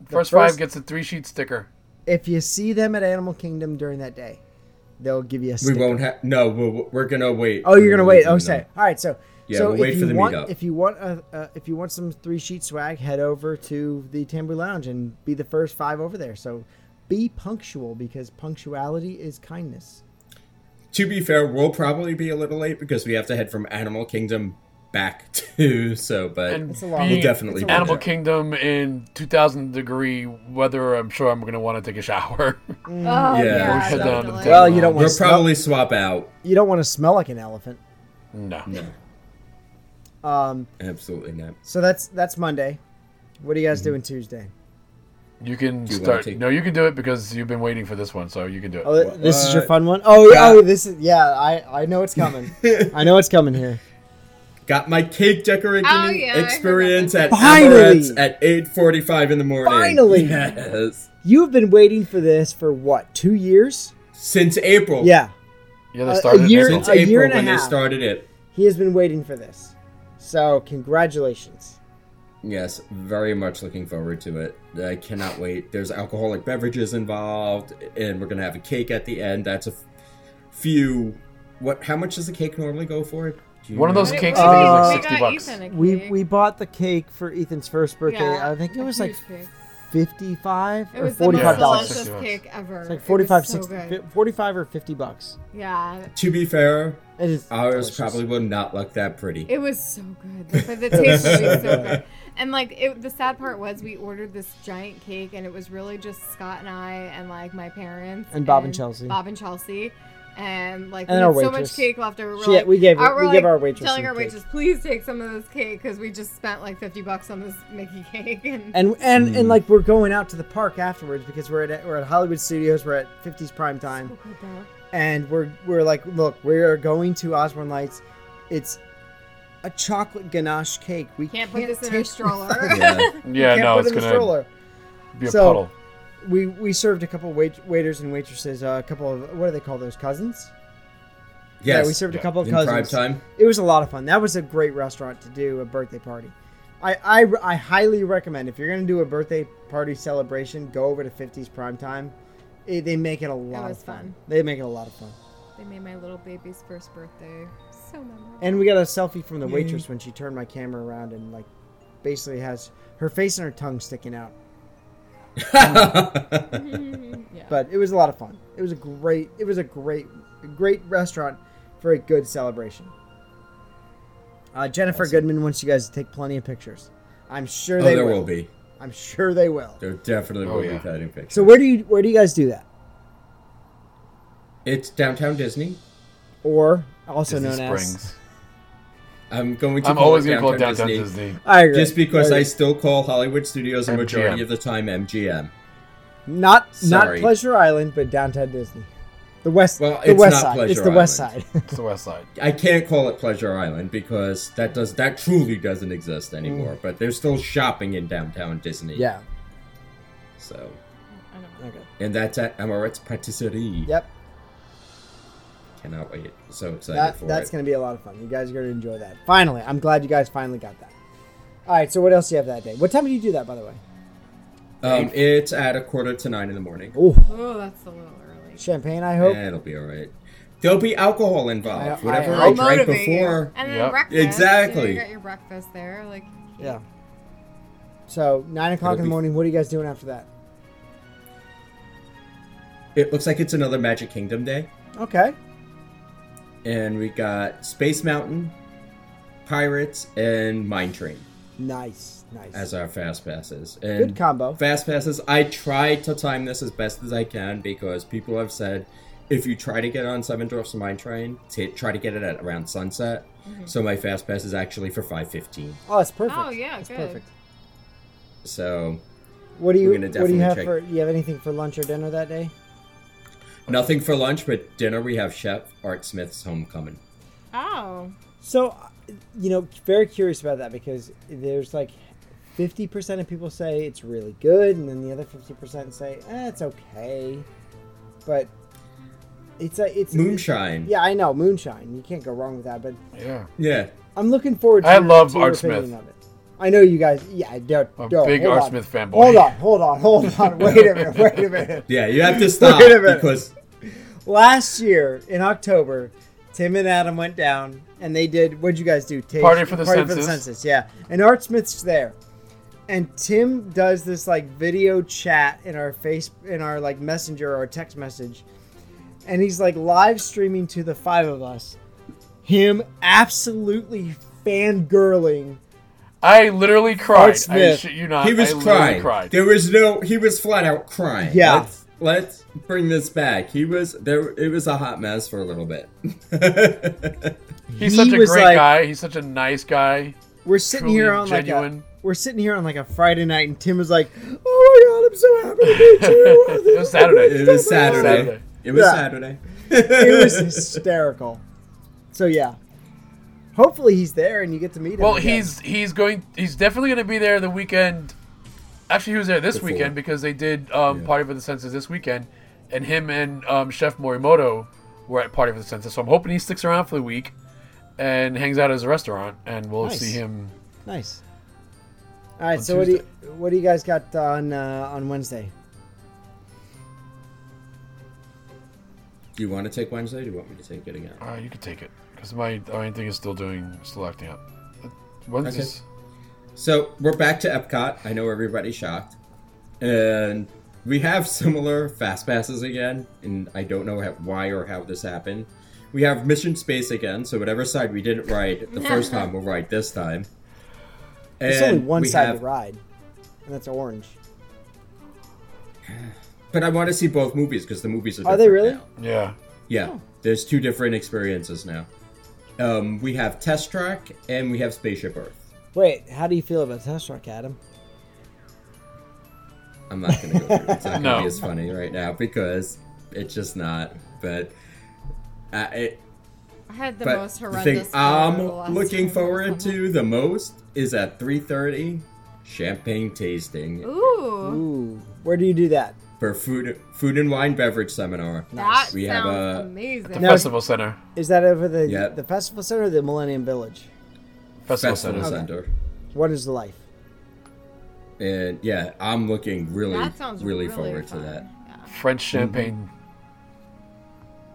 The first- five gets a three sheet sticker. If you see them at Animal Kingdom during that day, they'll give you a We sticker. won't have. No, we're, we're gonna wait. Oh, you're gonna wait. Oh, Oh, sorry. All right, so Yeah, so we'll if wait for you the want meetup. if you want a, uh, if you want some three sheet swag, head over to the Tambu Lounge and be the first five over there. So be punctual because punctuality is kindness. To be fair, we'll probably be a little late because we have to head from Animal Kingdom back to. So, but And It's a long- being We'll definitely in do Animal that. Kingdom in 2000 degree weather, I'm sure I'm going to want to take a shower. Oh, Yeah. yeah, We'll head down to the definitely. Well, you don't we'll want to probably swap out. you don't want to smell like an elephant. no. Um, Absolutely not. so that's that's Monday. What are you Mm-hmm. guys doing Tuesday? You can you wanna start. take- No, you can do it because you've been waiting for this one, so you can do it. Oh, th- this is your What? fun one. Oh, uh, Yeah. oh, this is yeah. I I know it's coming. I know it's coming here. Got my cake decorating Oh, yeah, I heard experience at about Finally! Emirates at eight forty-five in the morning. Finally! yes. You've been waiting for this for what? Two years? Since April. Yeah. yeah, a- they a started. in year- April. Since A year April and a when they half. started it. He has been waiting for this. So, congratulations. Yes, very much looking forward to it. I cannot wait. There's alcoholic beverages involved, and we're gonna have a cake at the end. That's a f- few. What? How much does a cake normally go for? Do you One of know? those Wait, cakes wait, I think we is like got 60 bucks. Ethan a Oh. We cake. we bought the cake for Ethan's first birthday. Yeah, I think it a was like huge cake. 55 It or was the 45 most dollars. delicious $45. cake ever. It's like It was 45 so 60 good. 45 or 50 bucks. Yeah, To be fair, It is ours delicious. Oh, probably will not look that pretty. It was so good. But the taste was so good. And like it, the sad part was we ordered this giant cake and it was really just Scott and I and like my parents And Bob and Chelsea. Bob and Chelsea. And like And we our had so much waitress. cake left over. We're She- like, we gave her- uh, we're, we gave like, our waitress telling some our cake. waitress, please take some of this cake because we just spent like fifty bucks on this Mickey cake. And, And and and like we're going out to the park afterwards because we're at we're at Hollywood Studios, we're at 50s prime time. and we're we're like, look, we're going to Osborne Lights. It's a chocolate ganache cake. We can't put this in our take- stroller. Yeah. Yeah, can't no, put it's it in the going stroller. to be a So- puddle. We we served a couple wait, waiters and waitresses, uh, a couple of what do they call those cousins? Yes. yeah, we served a yeah. couple of in prime cousins. time. It was a lot of fun. That was a great restaurant to do a birthday party. I, I, I highly recommend if you're going to do a birthday party celebration, go over to 50s Prime Time. It, they make it a lot was of fun. fun. They make it a lot of fun. they made my little baby's first birthday so memorable. And we got a selfie from the waitress when she turned my camera around and like basically has her face and her tongue sticking out. yeah. But it was a lot of fun. It was a great it was a great great restaurant for a good celebration. Uh, Jennifer Goodman wants you guys to take plenty of pictures. I'm sure Oh, they there will. will be. I'm sure they will. There definitely Oh, will be yeah. cutting pictures. So where do you where do you guys do that? it's downtown Disney. Or also Disney known as Springs. I'm going to. I'm call always it going to call it downtown Downtown Disney. I agree. Just because There I you go. still call Hollywood Studios a majority MGM. of the time MGM. not Sorry. not Pleasure Island, but downtown Disney, the west Well, the it's west not side. Pleasure it's the west Island. side. It's the West Side. I can't call it Pleasure Island because that does that truly doesn't exist anymore. But there's still shopping in downtown Disney. Mm. yeah. So, Okay. and that's at Emirates Patisserie. Yep. Cannot wait. So excited That, for that's it. going to be a lot of fun. You guys are going to enjoy that. Finally, I'm glad you guys finally got that. All right, so what else do you have that day? What time do you do that, by the way? um, it's at a quarter to nine in the morning. Oh, Oh, that's a little early. champagne, I hope. Eh, it'll be all right. There'll be alcohol involved. I- Whatever I- I, I'll drank motivate you. before. And then Yep. breakfast. you know, Exactly. You got your breakfast there. Like, Yeah. So nine o'clock in It'll the be- morning. What are you guys doing after that? It looks like it's another Magic Kingdom day. Okay. And we got Space Mountain, Pirates, and Mine Train Nice, nice. as our fast passes. And Good combo. Fast passes. I try to time this as best as I can because people have said if you try to get on Seven Dwarfs Mine Train, t- try to get it at around sunset. Mm-hmm. So my fast pass is actually for five fifteen. Oh, that's perfect. oh, yeah, that's good. perfect. So What do you We're gonna What do definitely you have check- for? You have anything for lunch or dinner that day? nothing for lunch, but dinner we have Chef Art Smith's homecoming. Oh. So, you know, very curious about that because there's like fifty percent of people say it's really good, and then the other fifty percent say eh, it's okay. But it's a it's Moonshine. Yeah, I know moonshine. You can't go wrong with that. But Yeah. Yeah. I'm looking forward. to I your- love to your Art opinion Smith. Of it. I know you guys. Yeah, I don't. I'm a don't- big hold Art on. Smith fanboy. Hold on, hold on, hold on. Wait a minute. Wait a minute. Yeah, you have to stop Wait a minute. because Last year in October, Tim and Adam went down and they did. What'd you guys do? Tage? Party for the for the Census. census. Yeah, and Art Smith's there, and Tim does this like video chat in our face in our like messenger or text message, and he's like live streaming to the five of us. Him absolutely fangirling. I literally cried. I Smith. shit you not. he was I literally crying. Cried. There was no he was flat out crying. Yeah. Let's, let's bring this back. He was there it was a hot mess for a little bit. He's he such a great was like- guy. He's such a nice guy. We're sitting Truly here on like a, genuine. we're sitting here on like a Friday night, and Tim was like, "Oh my god, I'm so happy to meet you." It was Saturday. It was Saturday. Saturday. It was Yeah. Saturday. it was hysterical. So yeah, hopefully he's there and you get to meet him. Well, again. he's he's going. He's definitely going to be there the weekend. Actually, he was there this Before. weekend because they did um, Party for the Census this weekend, and him and um, Chef Morimoto were at Party for the Census. So I'm hoping he sticks around for the week and hangs out at his restaurant, and we'll Nice. see him. nice. All right, On so what do you what do you guys got on uh, on Wednesday? Do you want to take Wednesday? Or do you want me to take it again? Uh, you can take it because my my thing is still doing still acting up. When's this? So we're back to Epcot. I know everybody's shocked, and we have similar fast passes again. And I don't know how, why or how this happened. We have Mission Space again. So whatever side we didn't ride the first time, we'll ride this time. And There's only one we side have- to ride, and that's orange. But I want to see both movies because the movies are. Are they different really? now. Yeah. Yeah, Oh. there's two different experiences now. Um, we have Test Track and we have Spaceship Earth. Wait, how do you feel about Test Rock, Adam? I'm not gonna go through. It's not gonna No. be as funny right now because it's just not. But uh, it, I had the but most the horrendous. thing feeling the I'm last looking time. forward to the most is at 3:30, champagne tasting Ooh. Ooh, where do you do that? for food food and wine beverage seminar. That We have sounds a- amazing. The Now- Festival Center. Is that over the Yeah. the festival center or the Millennium Village? Festival, Festival Center. center. What is life? And yeah, I'm looking really, that sounds really, forward fun. to that. Yeah. French champagne.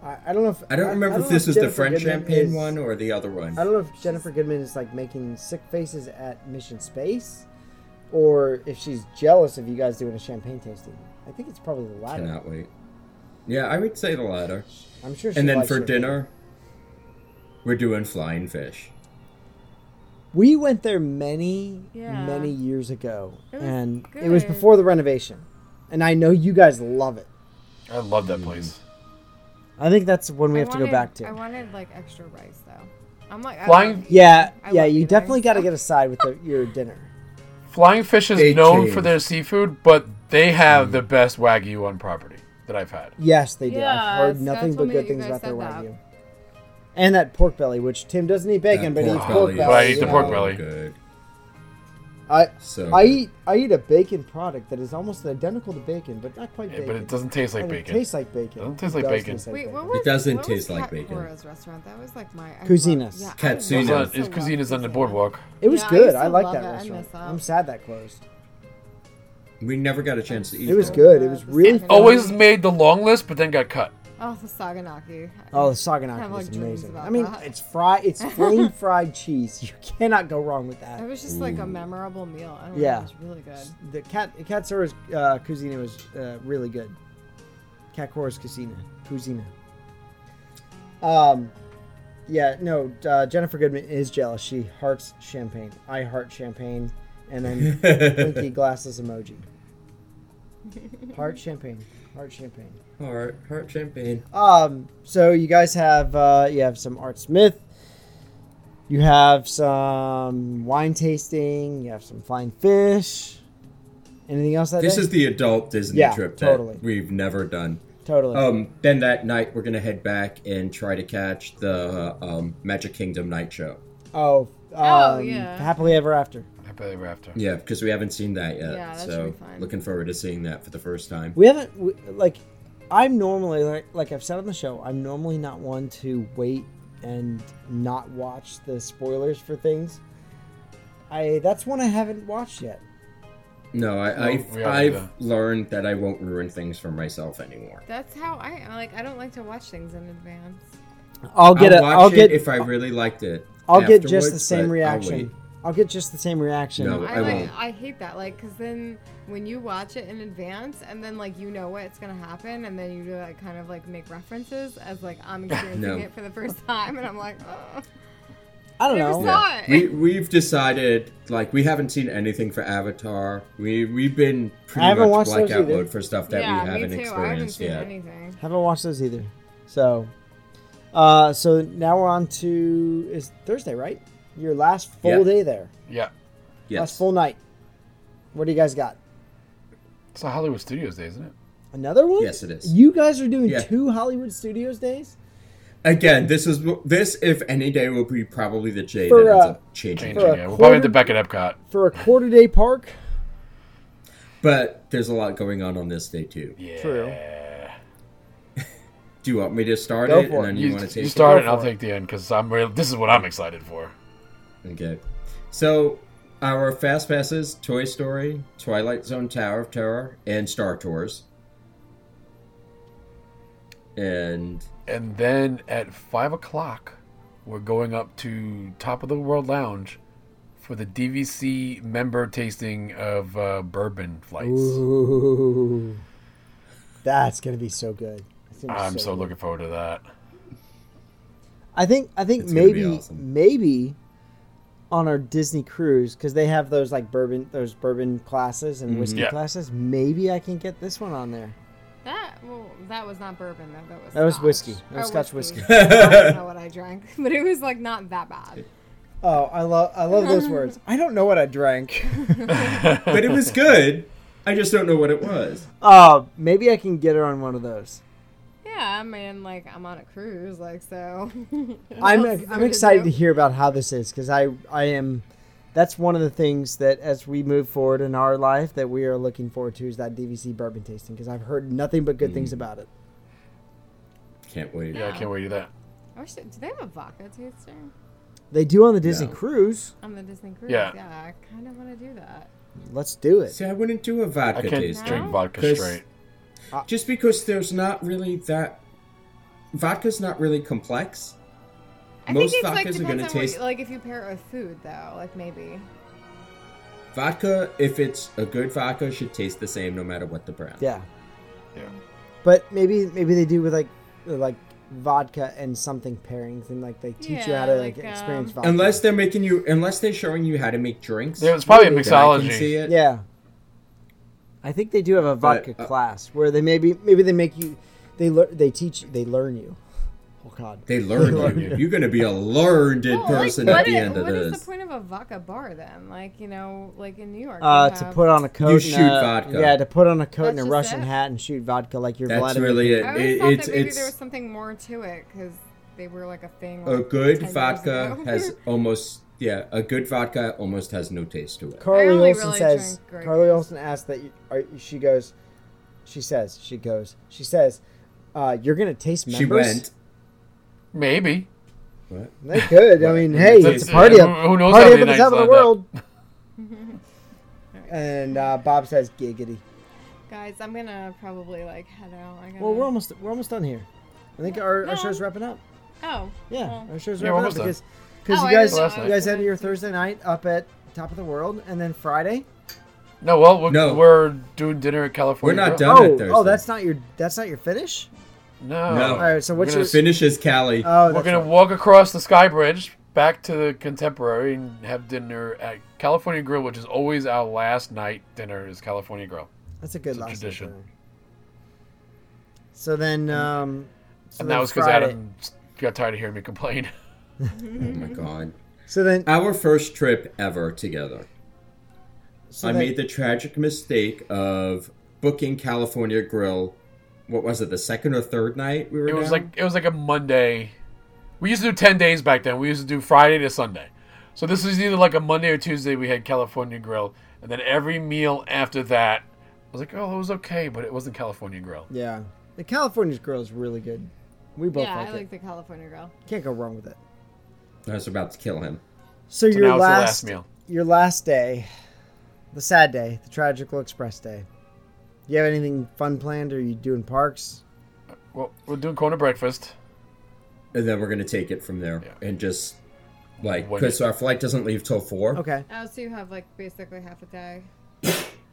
I, I don't know if I don't remember know if this if was the Jennifer French Goodman champagne is- one or the other one. I don't know if Jennifer Goodman is like making sick faces at Mission Space, or if she's jealous of you guys doing a champagne tasting. I think it's probably the latter. Cannot wait. Yeah, I would say the latter. I'm sure. She And then likes for champagne. dinner, we're doing flying fish. we went there many, Yeah. many years ago, It was and it was good. before the renovation. And I know you guys love it. I love that place. I think that's one we I have to wanted- go back to. I wanted like extra rice though. I'm like I Flying- love- yeah, I yeah, love you you definitely guys. got to get aside with the, your dinner. Flying Fish is They known changed. for their seafood, but they have the best wagyu on property that I've had. Yes, they do. I've heard Yes, nothing that's but what good you things guys about their said that. wagyu. And that pork belly, which Tim doesn't eat bacon, That but he eats pork belly. is But I eat the you so pork know. belly. Good. I So I good. eat I eat a bacon product that is almost identical to bacon, but not quite Yeah, bacon. but it doesn't taste like And bacon. It tastes like bacon. Doesn't taste like does bacon. taste like Wait, what bacon. was doesn't what taste was like bacon. Kakora's restaurant? That was like my I love- Cuisina's. yeah, I Katsina's. love- His I cuisine is love on the Cuisina. boardwalk. It was Yeah, I good. used to I, like love that it. I restaurant. miss that. I'm sad that closed. We never got a chance to eat. It was though. good. It was really It fun. Oh, Always made the long list, but then got cut. Oh, Oh, the Saganaki. Oh, the Saganaki Have, like, was dreams amazing. about I mean, that. it's fried, it's flame fried cheese. You cannot go wrong with It that. was just like a memorable meal. I don't Yeah. know. It was really good. The cat Katsura's uh, cuisine was uh, really good. Kakura's cuisine, cuisine. Um, yeah, no. Uh, Jennifer Goodman is jealous. She hearts champagne. I heart champagne, and then blinky glasses emoji. Heart champagne. Heart champagne. Heart, heart champagne. Um, so you guys have uh, you have some Art Smith, you have some wine tasting, you have some fine fish. Anything else that This day? is the adult Disney Yeah, trip that totally. we've never done. totally Um, then that night we're gonna head back and try to catch the um, Magic Kingdom night show. oh Oh, um, yeah. happily ever after. Happy ever after. Yeah, because we haven't seen that yet. Yeah, that should so be fun. looking forward to seeing that for the first time. We haven't we, like I'm normally like like I've said on the show I'm normally not one to wait and not watch the spoilers for things. I that's one I haven't watched yet. No, I, I've, we haven't I've either. learned that I won't ruin things for myself anymore. That's how I I like. I don't like to watch things in advance. I'll get I'll a, watch I'll it get if I really liked it. I'll get just the afterwards, but same I'll reaction. wait. I'll, get just the same reaction. No, I, I like. won't. I hate that. Like, cause then when you watch it in advance, and then like you know what's gonna happen, and then you do like kind of like make references as like I'm experiencing No. it for the first time, and I'm like, oh, I don't I never know. saw Yeah. it. We we've decided like we haven't seen anything for Avatar. We we've been I pretty much haven't watched those blackout either. mode for stuff that yeah, we haven't me too. I haven't experienced seen yet. anything. Haven't watched those either. So, uh, so now we're on to is Thursday, right? Your last full Yeah. day there, Yeah. last Yes. full night. What do you guys got? It's a Hollywood Studios day, isn't it? Another one? Yes, it is. You guys are doing Yeah. two Hollywood Studios days Again, this is this if any day will be probably the day For, that ends uh, up changing. Changing. For a Yeah. We'll probably end quarter- up back at Epcot. for a quarter day park. But there's a lot going on on this day too. Yeah. True. Do you want me to start Go it for and then it. you, You, want to you take start it, and Go I'll for it. take the end because I'm real. This is what I'm excited for. it? Okay. So our fast passes: Toy Story, Twilight Zone, Tower of Terror, and Star Tours. And And then at five o'clock, we're going up to Top of the World Lounge for the DVC member tasting of uh, bourbon flights. Ooh, that's gonna be so good. It's gonna be I'm so good. looking forward to that. I think I think It's gonna be maybe awesome. maybe on our Disney cruise because they have those like bourbon those bourbon classes Mm-hmm. and whiskey Yeah. classes. Maybe I can get this one on there. That well, that was not bourbon though. That was That was Scotch. whiskey. That was Or Scotch I don't know what I drank, but it was like not that bad. Oh, I love I love those words. I don't know what I drank. but it was good. I just don't know what it was. Uh, maybe I can get her on one of those. Yeah, I mean, like I'm on a cruise, like so. What I'm else is there I'm to excited to do? hear about how this is because I I am. That's one of the things that as we move forward in our life that we are looking forward to is that DVC bourbon tasting because I've heard nothing but good things about it. Can't wait. Yeah, I can't wait to that. I wish they- do they have a vodka taster They do on the Disney No. cruise. on the Disney cruise? Yeah. I kind of want to do that. Let's do it. See, I wouldn't do a I vodka can't tasting drink vodka Chris- straight. just because there's not really that. Vodka's not really complex. I Most think it's like vodkas are depends gonna on what you- taste- like if you pair it with food though, like maybe. Vodka, if it's a good vodka, should taste the same no matter what the brand. Yeah, Yeah. but maybe maybe they do with like uh, like vodka and something pairings, and like they teach you how to Yeah, like, like, experience um, vodka. Unless they're making you, unless they're showing you how to make drinks. There was probably a then I can see mixology. it. yeah, I think they do have a But, vodka uh, class where they maybe maybe they make you they learn they teach they learn you. Oh God, They learn learn you. you. You're going to be a learned Well, like, person what at the i- end of What is this. the point of a vodka bar then? Like you know, like in New York. you uh, to have- put on a coat, You and shoot a- vodka. Yeah, to put on a coat That's and a just Russian it? hat and shoot vodka like you're That's Vladimir. really it. I It- always thought it's that maybe it's there was something more to it because they were like a thing. a like, good 10 years vodka ago. has almost yeah a good vodka almost has no taste to it. Carly I only Olsen really says. drink grape Carly juice. Olsen asks that. You, are, she goes. She says. She goes. She says. Uh, you're gonna taste members. She went. Maybe. What? They could. I mean, Right. hey, It's- it's a it's- party up. who- who knows party up how at the many top of nights the lined up. world. and uh, Bob says giggity. Guys, I'm gonna probably like head out. I gotta, Well, we're almost we're almost done here. I think our, Mm-hmm. No. our show's wrapping up. Oh. Yeah, well. our show's wrapping Yeah, up almost done. because because Oh, you I guys didn't know. you guys had your Thursday night up at Top of the World, and then Friday. No, well, we're, No. we're doing dinner at California. We're not Grill. done. at oh, Thursday. oh, that's not your that's not your finish. No. No. All right, so what's We're your gonna Finishes Cali. oh? We're That's gonna right. walk across the Sky Bridge back to the Contemporary and have dinner at California Grill, which is always our last night dinner is California Grill. That's a good a last tradition. Mm. tradition. So then, um, so and then that was because Friday- Adam got tired of hearing me complain. Oh my god. So then, Our first trip ever together. so I then- made the tragic mistake of booking California Grill. What was it? The second or third night we were. it was down? like it was like a Monday. We used to do ten days back then. We used to do Friday to Sunday. So this was either like a Monday or Tuesday. We had California Grill, and then every meal after that, I was like, oh, it was okay, but it wasn't California Grill. yeah, the California Grill is really good. We both Yeah, like I it. like the California girl. Can't go wrong with it. I was about to kill him. So, So your now last, it's the last meal. your last day, the sad day, the tragical express day. You have anything fun planned? Or are you doing parks? Well, we're doing corner breakfast. And then we're gonna take it from there Yeah. and just like When- because our flight doesn't leave till four. Okay. Oh, so you have like basically half a day.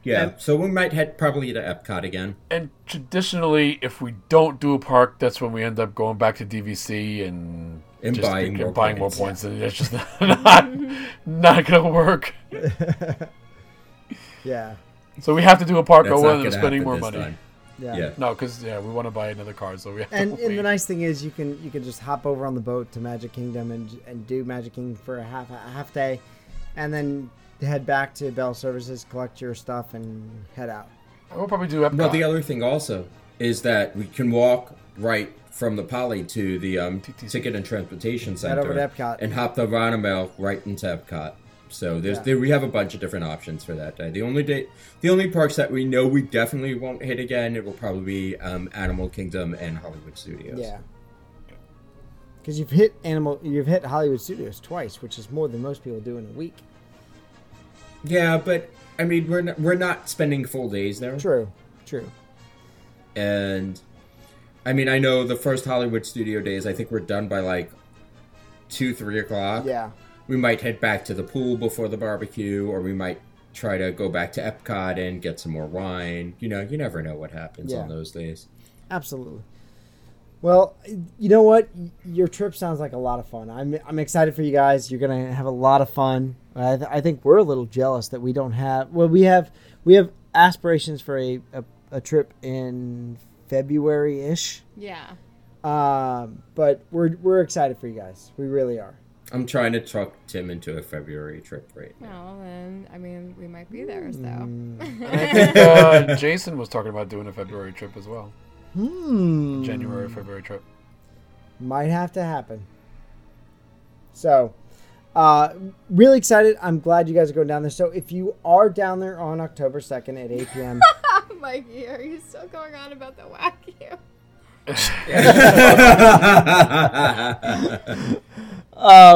Yeah. So we might head probably to Epcot again. And traditionally, if we don't do a park, that's when we end up going back to DVC and, And just buying more buying points. more points. And that's just not not gonna work. Yeah. So we have to do a park, That's or not we're gonna spending happen more this money. time. Yeah. Yeah. No, because yeah, we want to buy another car, so we have And, to. Wait. and the nice thing is you can you can just hop over on the boat to Magic Kingdom and and do Magic Kingdom for a half a half day, and then head back to Bell Services, collect your stuff, and head out. we'll probably do Epcot. Well, the other thing also is that we can walk right from the poly to the um, ticket and transportation center over to Epcot. and hop the Ronamel right into Epcot. So there's Yeah. there, we have a bunch of different options for that day. The only day, the only parks that we know we definitely won't hit again, it will probably be um, Animal Kingdom and Hollywood Studios. Yeah. Because you've hit animal, you've hit Hollywood Studios twice, which is more than most people do in a week. yeah, but I mean we're not, we're not spending full days there. True, true. and I mean, I know the first Hollywood studio days. I think we're done by like two, three o'clock. Yeah, we might head back to the pool before the barbecue, or we might try to go back to Epcot and get some more wine. You know, you never know what happens Yeah. on those days. absolutely. Well, you know what? Your trip sounds like a lot of fun. I'm I'm excited for you guys. You're gonna have a lot of fun. I, th- I think we're a little jealous that we don't have. Well, we have we have aspirations for a a, a trip in February ish. Yeah. Um, but we're we're excited for you guys. We really are. I'm trying to talk Tim into a February trip right now. Well, then I mean we might be there, so Mm. uh, Jason was talking about doing a February trip as well, Hmm. January February trip. might have to happen. So, uh, really excited. I'm glad you guys are going down there. So, if you are down there on October 2nd at 8 p.m., Mikey, are you still going on about the wagyu? uh,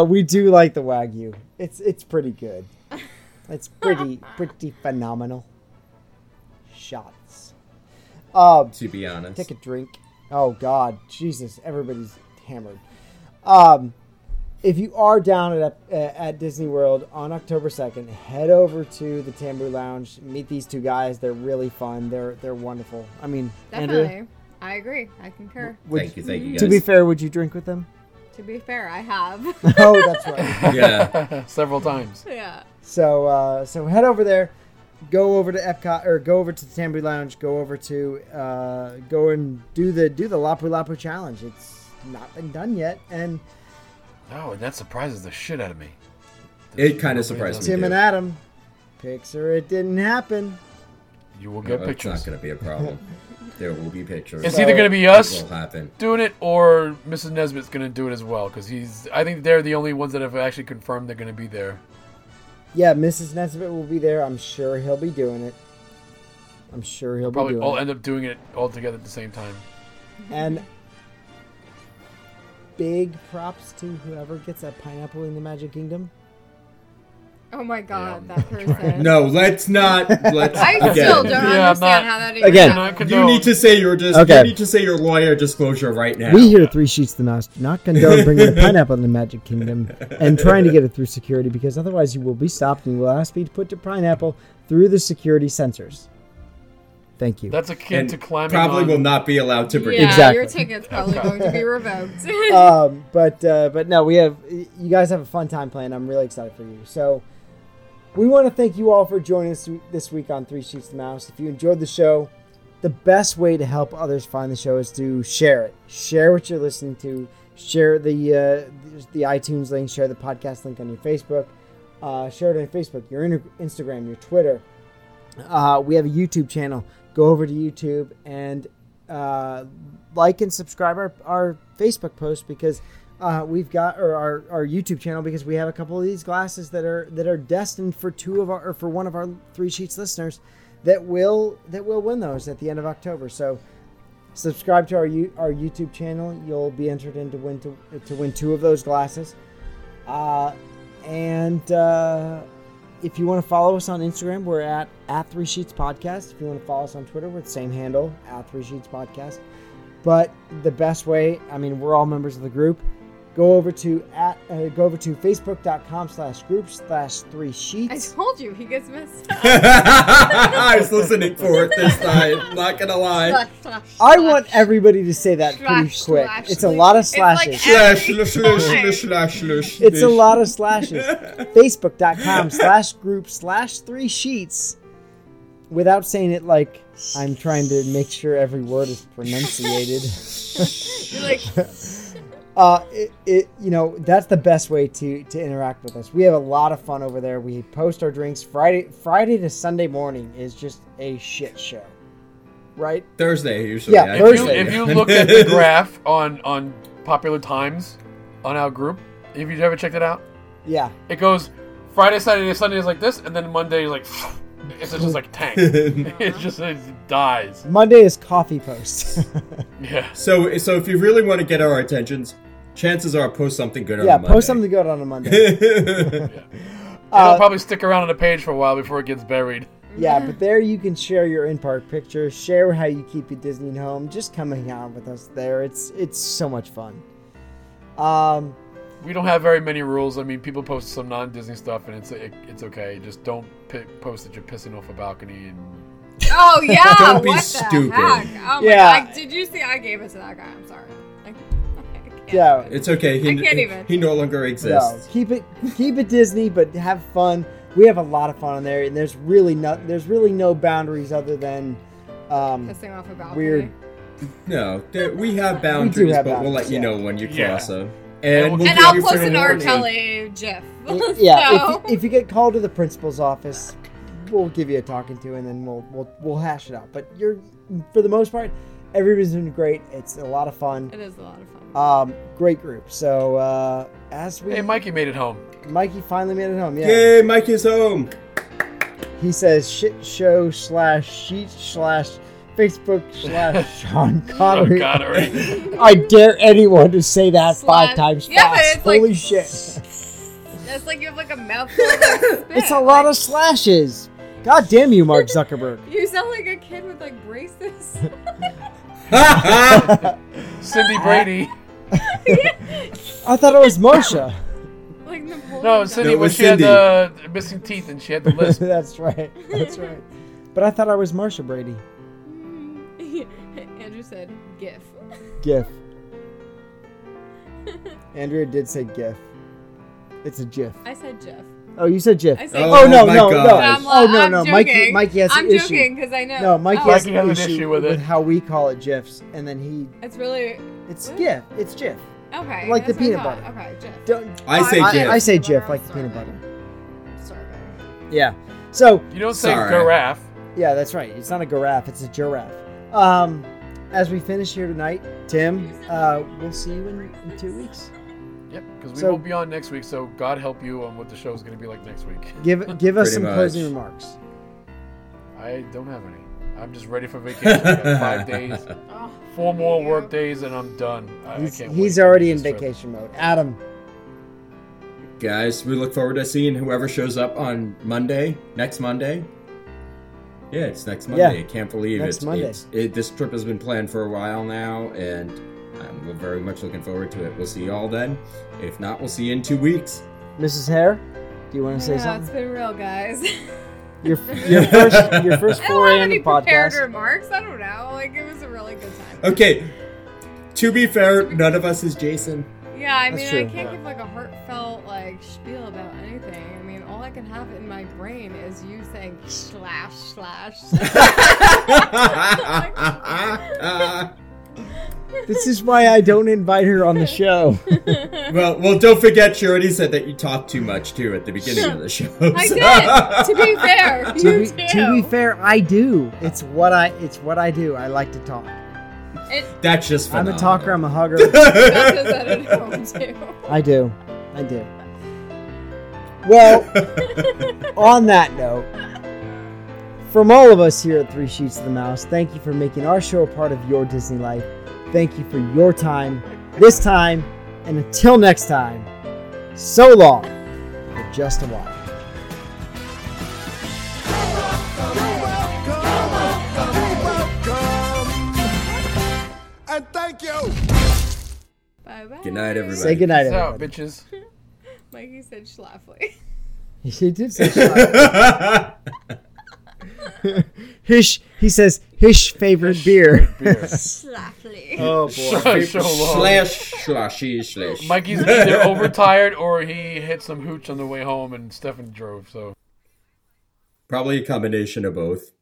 we do like the Wagyu. It's it's pretty good. It's pretty pretty phenomenal. Shots. Um, to be honest, take a drink. Oh God, Jesus! Everybody's hammered. Um, if you are down at uh, at Disney World on October second, head over to the Tambu Lounge. Meet these two guys. They're really fun. They're they're wonderful. I mean, Definitely. Andrea, I agree. I concur. would, thank you, thank you guys. to be fair, would you drink with them? To be fair, I have. oh, that's right. yeah, Several times. yeah. So uh, so head over there, go over to Epcot or go over to the Tambri Lounge, go over to uh, go and do the do the Lapu Lapu challenge. It's not been done yet, and No, and that surprises the shit out of me. it kind of surprised me. Tim too. and Adam, Pixar, it didn't happen. You will No, get Oh, it's pictures. not going to be a problem. There will be pictures. It's So- either going to be it us will happen. doing it or Mrs. Nesbitt's going to do it as well because he's. I think they're the only ones that have actually confirmed they're going to be there. Yeah, Mrs. Nesbitt will be there. I'm sure he'll be doing it. I'm sure he'll Probably be all doing it. end up doing it all together at the same time. And big props to whoever gets that pineapple in the Magic Kingdom. Oh my god, that person. No, let's not. Let's. I again, still don't I'm understand not- how that even Again. happened. You need to say your just. Okay. You need to say your lawyer disclosure right now. We hear three sheets to not, not condone bringing a pineapple in the Magic Kingdom and trying to get it through security because otherwise you will be stopped and you will ask be put the pineapple through the security sensors. Thank you. That's akin and to climbing probably on. will not be allowed to bring. Yeah, Exactly. your ticket's probably going to be revoked. um, but uh, but no, we have you guys have a fun time playing. I'm really excited for you. So we want to thank you all for joining us this week on Three Sheets to the Mouse. If you enjoyed the show, the best way to help others find the show is to share it. Share what you're listening to. Share the uh, the iTunes link. Share the podcast link on your Facebook. Uh, share it on Facebook, your inter- Instagram, your Twitter. Uh, we have a YouTube channel. Go over to YouTube and uh, like and subscribe our, our Facebook post because uh, we've got or our, our YouTube channel because we have a couple of these glasses that are that are destined for two of our or for one of our three sheets listeners that will that will win those at the end of October. So subscribe to our you our YouTube channel. You'll be entered in to win to, to win two of those glasses. Uh, and uh, if you want to follow us on Instagram, we're at at Three Sheets Podcast. If you want to follow us on Twitter, we're the same handle at Three Sheets Podcast. But the best way, I mean, we're all members of the group. Go over to at uh, go over to facebook.com slash group slash three I sheets. told you he gets messed up. I was listening for it this time. Not gonna lie. I want everybody to say that pretty Slash, quick. slash, It's a slash. lot of It's like slashes. Slash, Every slash, slash, time. slash, slash, slash, It's a slash. lot of slashes. Facebook.com slash group slash three sheets. Without saying it like I'm trying to make sure every word is pronunciated. You're like, uh, it, it, you know, that's the best way to, to interact with us. We have a lot of fun over there. We post our drinks Friday, Friday to Sunday morning is just a shit show, right? Thursday usually. Yeah, I If you, Thursday. if you look at the graph on on popular times on our group, if you ever checked it out, Yeah. it goes Friday, Saturday, Sunday is like this, and then Monday is like it's just like tank. it just it dies. Monday is coffee post. Yeah. so, so if you really want to get our attentions, chances are post something good on yeah, a Monday. post something good on a Monday. Uh, It'll probably stick around on the page for a while before it gets buried. Yeah, but there you can share your in-park pictures, share how you keep your Disney home. Just come hang out with us there. It's it's so much fun. Um, We don't have very many rules. I mean, people post some non-Disney stuff, and it's it, it's okay. Just don't pi post that you're pissing off a balcony. And oh yeah, Don't be what stupid. The heck? Oh my Yeah. god, did you see? I gave it to that guy. I'm sorry. Like, I can't. yeah, It's okay. He, I can't even. he no longer no, exists. keep it keep it Disney, but have fun. We have a lot of fun on there, and there's really no there's really no boundaries other than um, Pissing off about weird. No, there, we have boundaries, have but we'll boundaries, let you yeah. know when you Yeah. cross them. And we'll And give I'll you post fair an R. warning. Kelly gif. Yeah, so, if, if you get called to the principal's office, we'll give you a talking to, and then we'll we'll we'll hash it out. But you're for the most part, everybody's doing great. It's a lot of fun. it is a lot of fun. Um, great group. So uh, as we, hey, Mikey made it home. Mikey finally made it home. Yeah, Yay, Mike is home. he says shit show slash sheet slash Facebook slash Sean Oh Connery. God, already. I dare anyone to say that Slash- five times Yeah, but fast. it's like- Holy shit! That's like you have like a mouthful. Of spit. It's a lot of slashes. God damn you, Mark Zuckerberg. You sound like a kid with like braces. Cindy Brady. I thought it was Moshe. like Napoleon. No, Dynamite. Cindy That when was she had Cindy. the missing teeth and she had the lisp. That's right. That's right. But I thought I was Marsha Brady. Andrew said GIF. GIF. Andrea did say GIF. It's a GIF. I said Jeff. Oh, you said GIF. I said Oh, Oh, no, my no, no. God. I'm, oh no, I'm no. joking. Mikey, Mikey has I'm an issue. joking because I know. No, Mikey Oh, has Mikey an has an issue, issue with, with it. how we call it GIFs, and then he. It's really It's What? GIF. It's GIF. okay. Like the that's peanut what I thought. butter. Okay, Jeff. Don't. I say I, GIF. I say GIF Sorry. like the peanut butter. Sorry. Yeah. So You don't say Sorry. giraffe. yeah, that's right. It's not a giraffe. It's a giraffe. Um, as we finish here tonight, Tim, uh, we'll see you in, in two weeks. Yep, because we So- won't be on next week. So God help you on what the show's going to be like next week. Give give us Pretty some much. closing remarks. I don't have any. I'm just ready for vacation. I got five days, Oh, four more you. work days, and I'm done. I, I He's, can't he's wait. already in This trip. vacation mode. Adam, guys, we look forward to seeing whoever shows up on Monday, next Monday. Yeah, it's next Monday. I can't believe Next it's, Monday. it's it, this trip has been planned for a while now, and I'm very much looking forward to it. We'll see you all then. If not, we'll see you in two weeks. Mrs. Hare, do you want to say Yeah, it's something? been real, guys. Your, your first your first I don't foray have in any the prepared podcast. remarks. I don't know. Like it was a really good time. Okay. To be fair, none of us is Jason. Yeah, I That's mean, I true. can't give like a heartfelt like spiel about anything. I mean, all I can have in my brain is you saying slash slash. well, This is why I don't invite her on the show. well, don't forget, she already said that you talked too much too at the beginning of the show. I so- did. To be fair, to, you be, too. to be fair, I do. It's what I it's what I do. I like to talk. It- That's just I'm phenomenal. a talker. I'm a hugger. Scott does that at home too. I do. I do. Well, on that note, from all of us here at Three Sheets of the Mouse, thank you for making our show a part of your Disney life. Thank you for your time this time, and until next time, so long for just a while. And thank you. Bye bye. Good night, everybody. Say goodnight, Peace out, everybody. bitches. Mikey said schlafly. He did say Hish. He says his favorite beer. Beer. Schlafly. Oh so, so long. slash slashy slash. Mikey's either overtired or he hit some hooch on the way home, and Stefan drove. So. Probably a combination of both.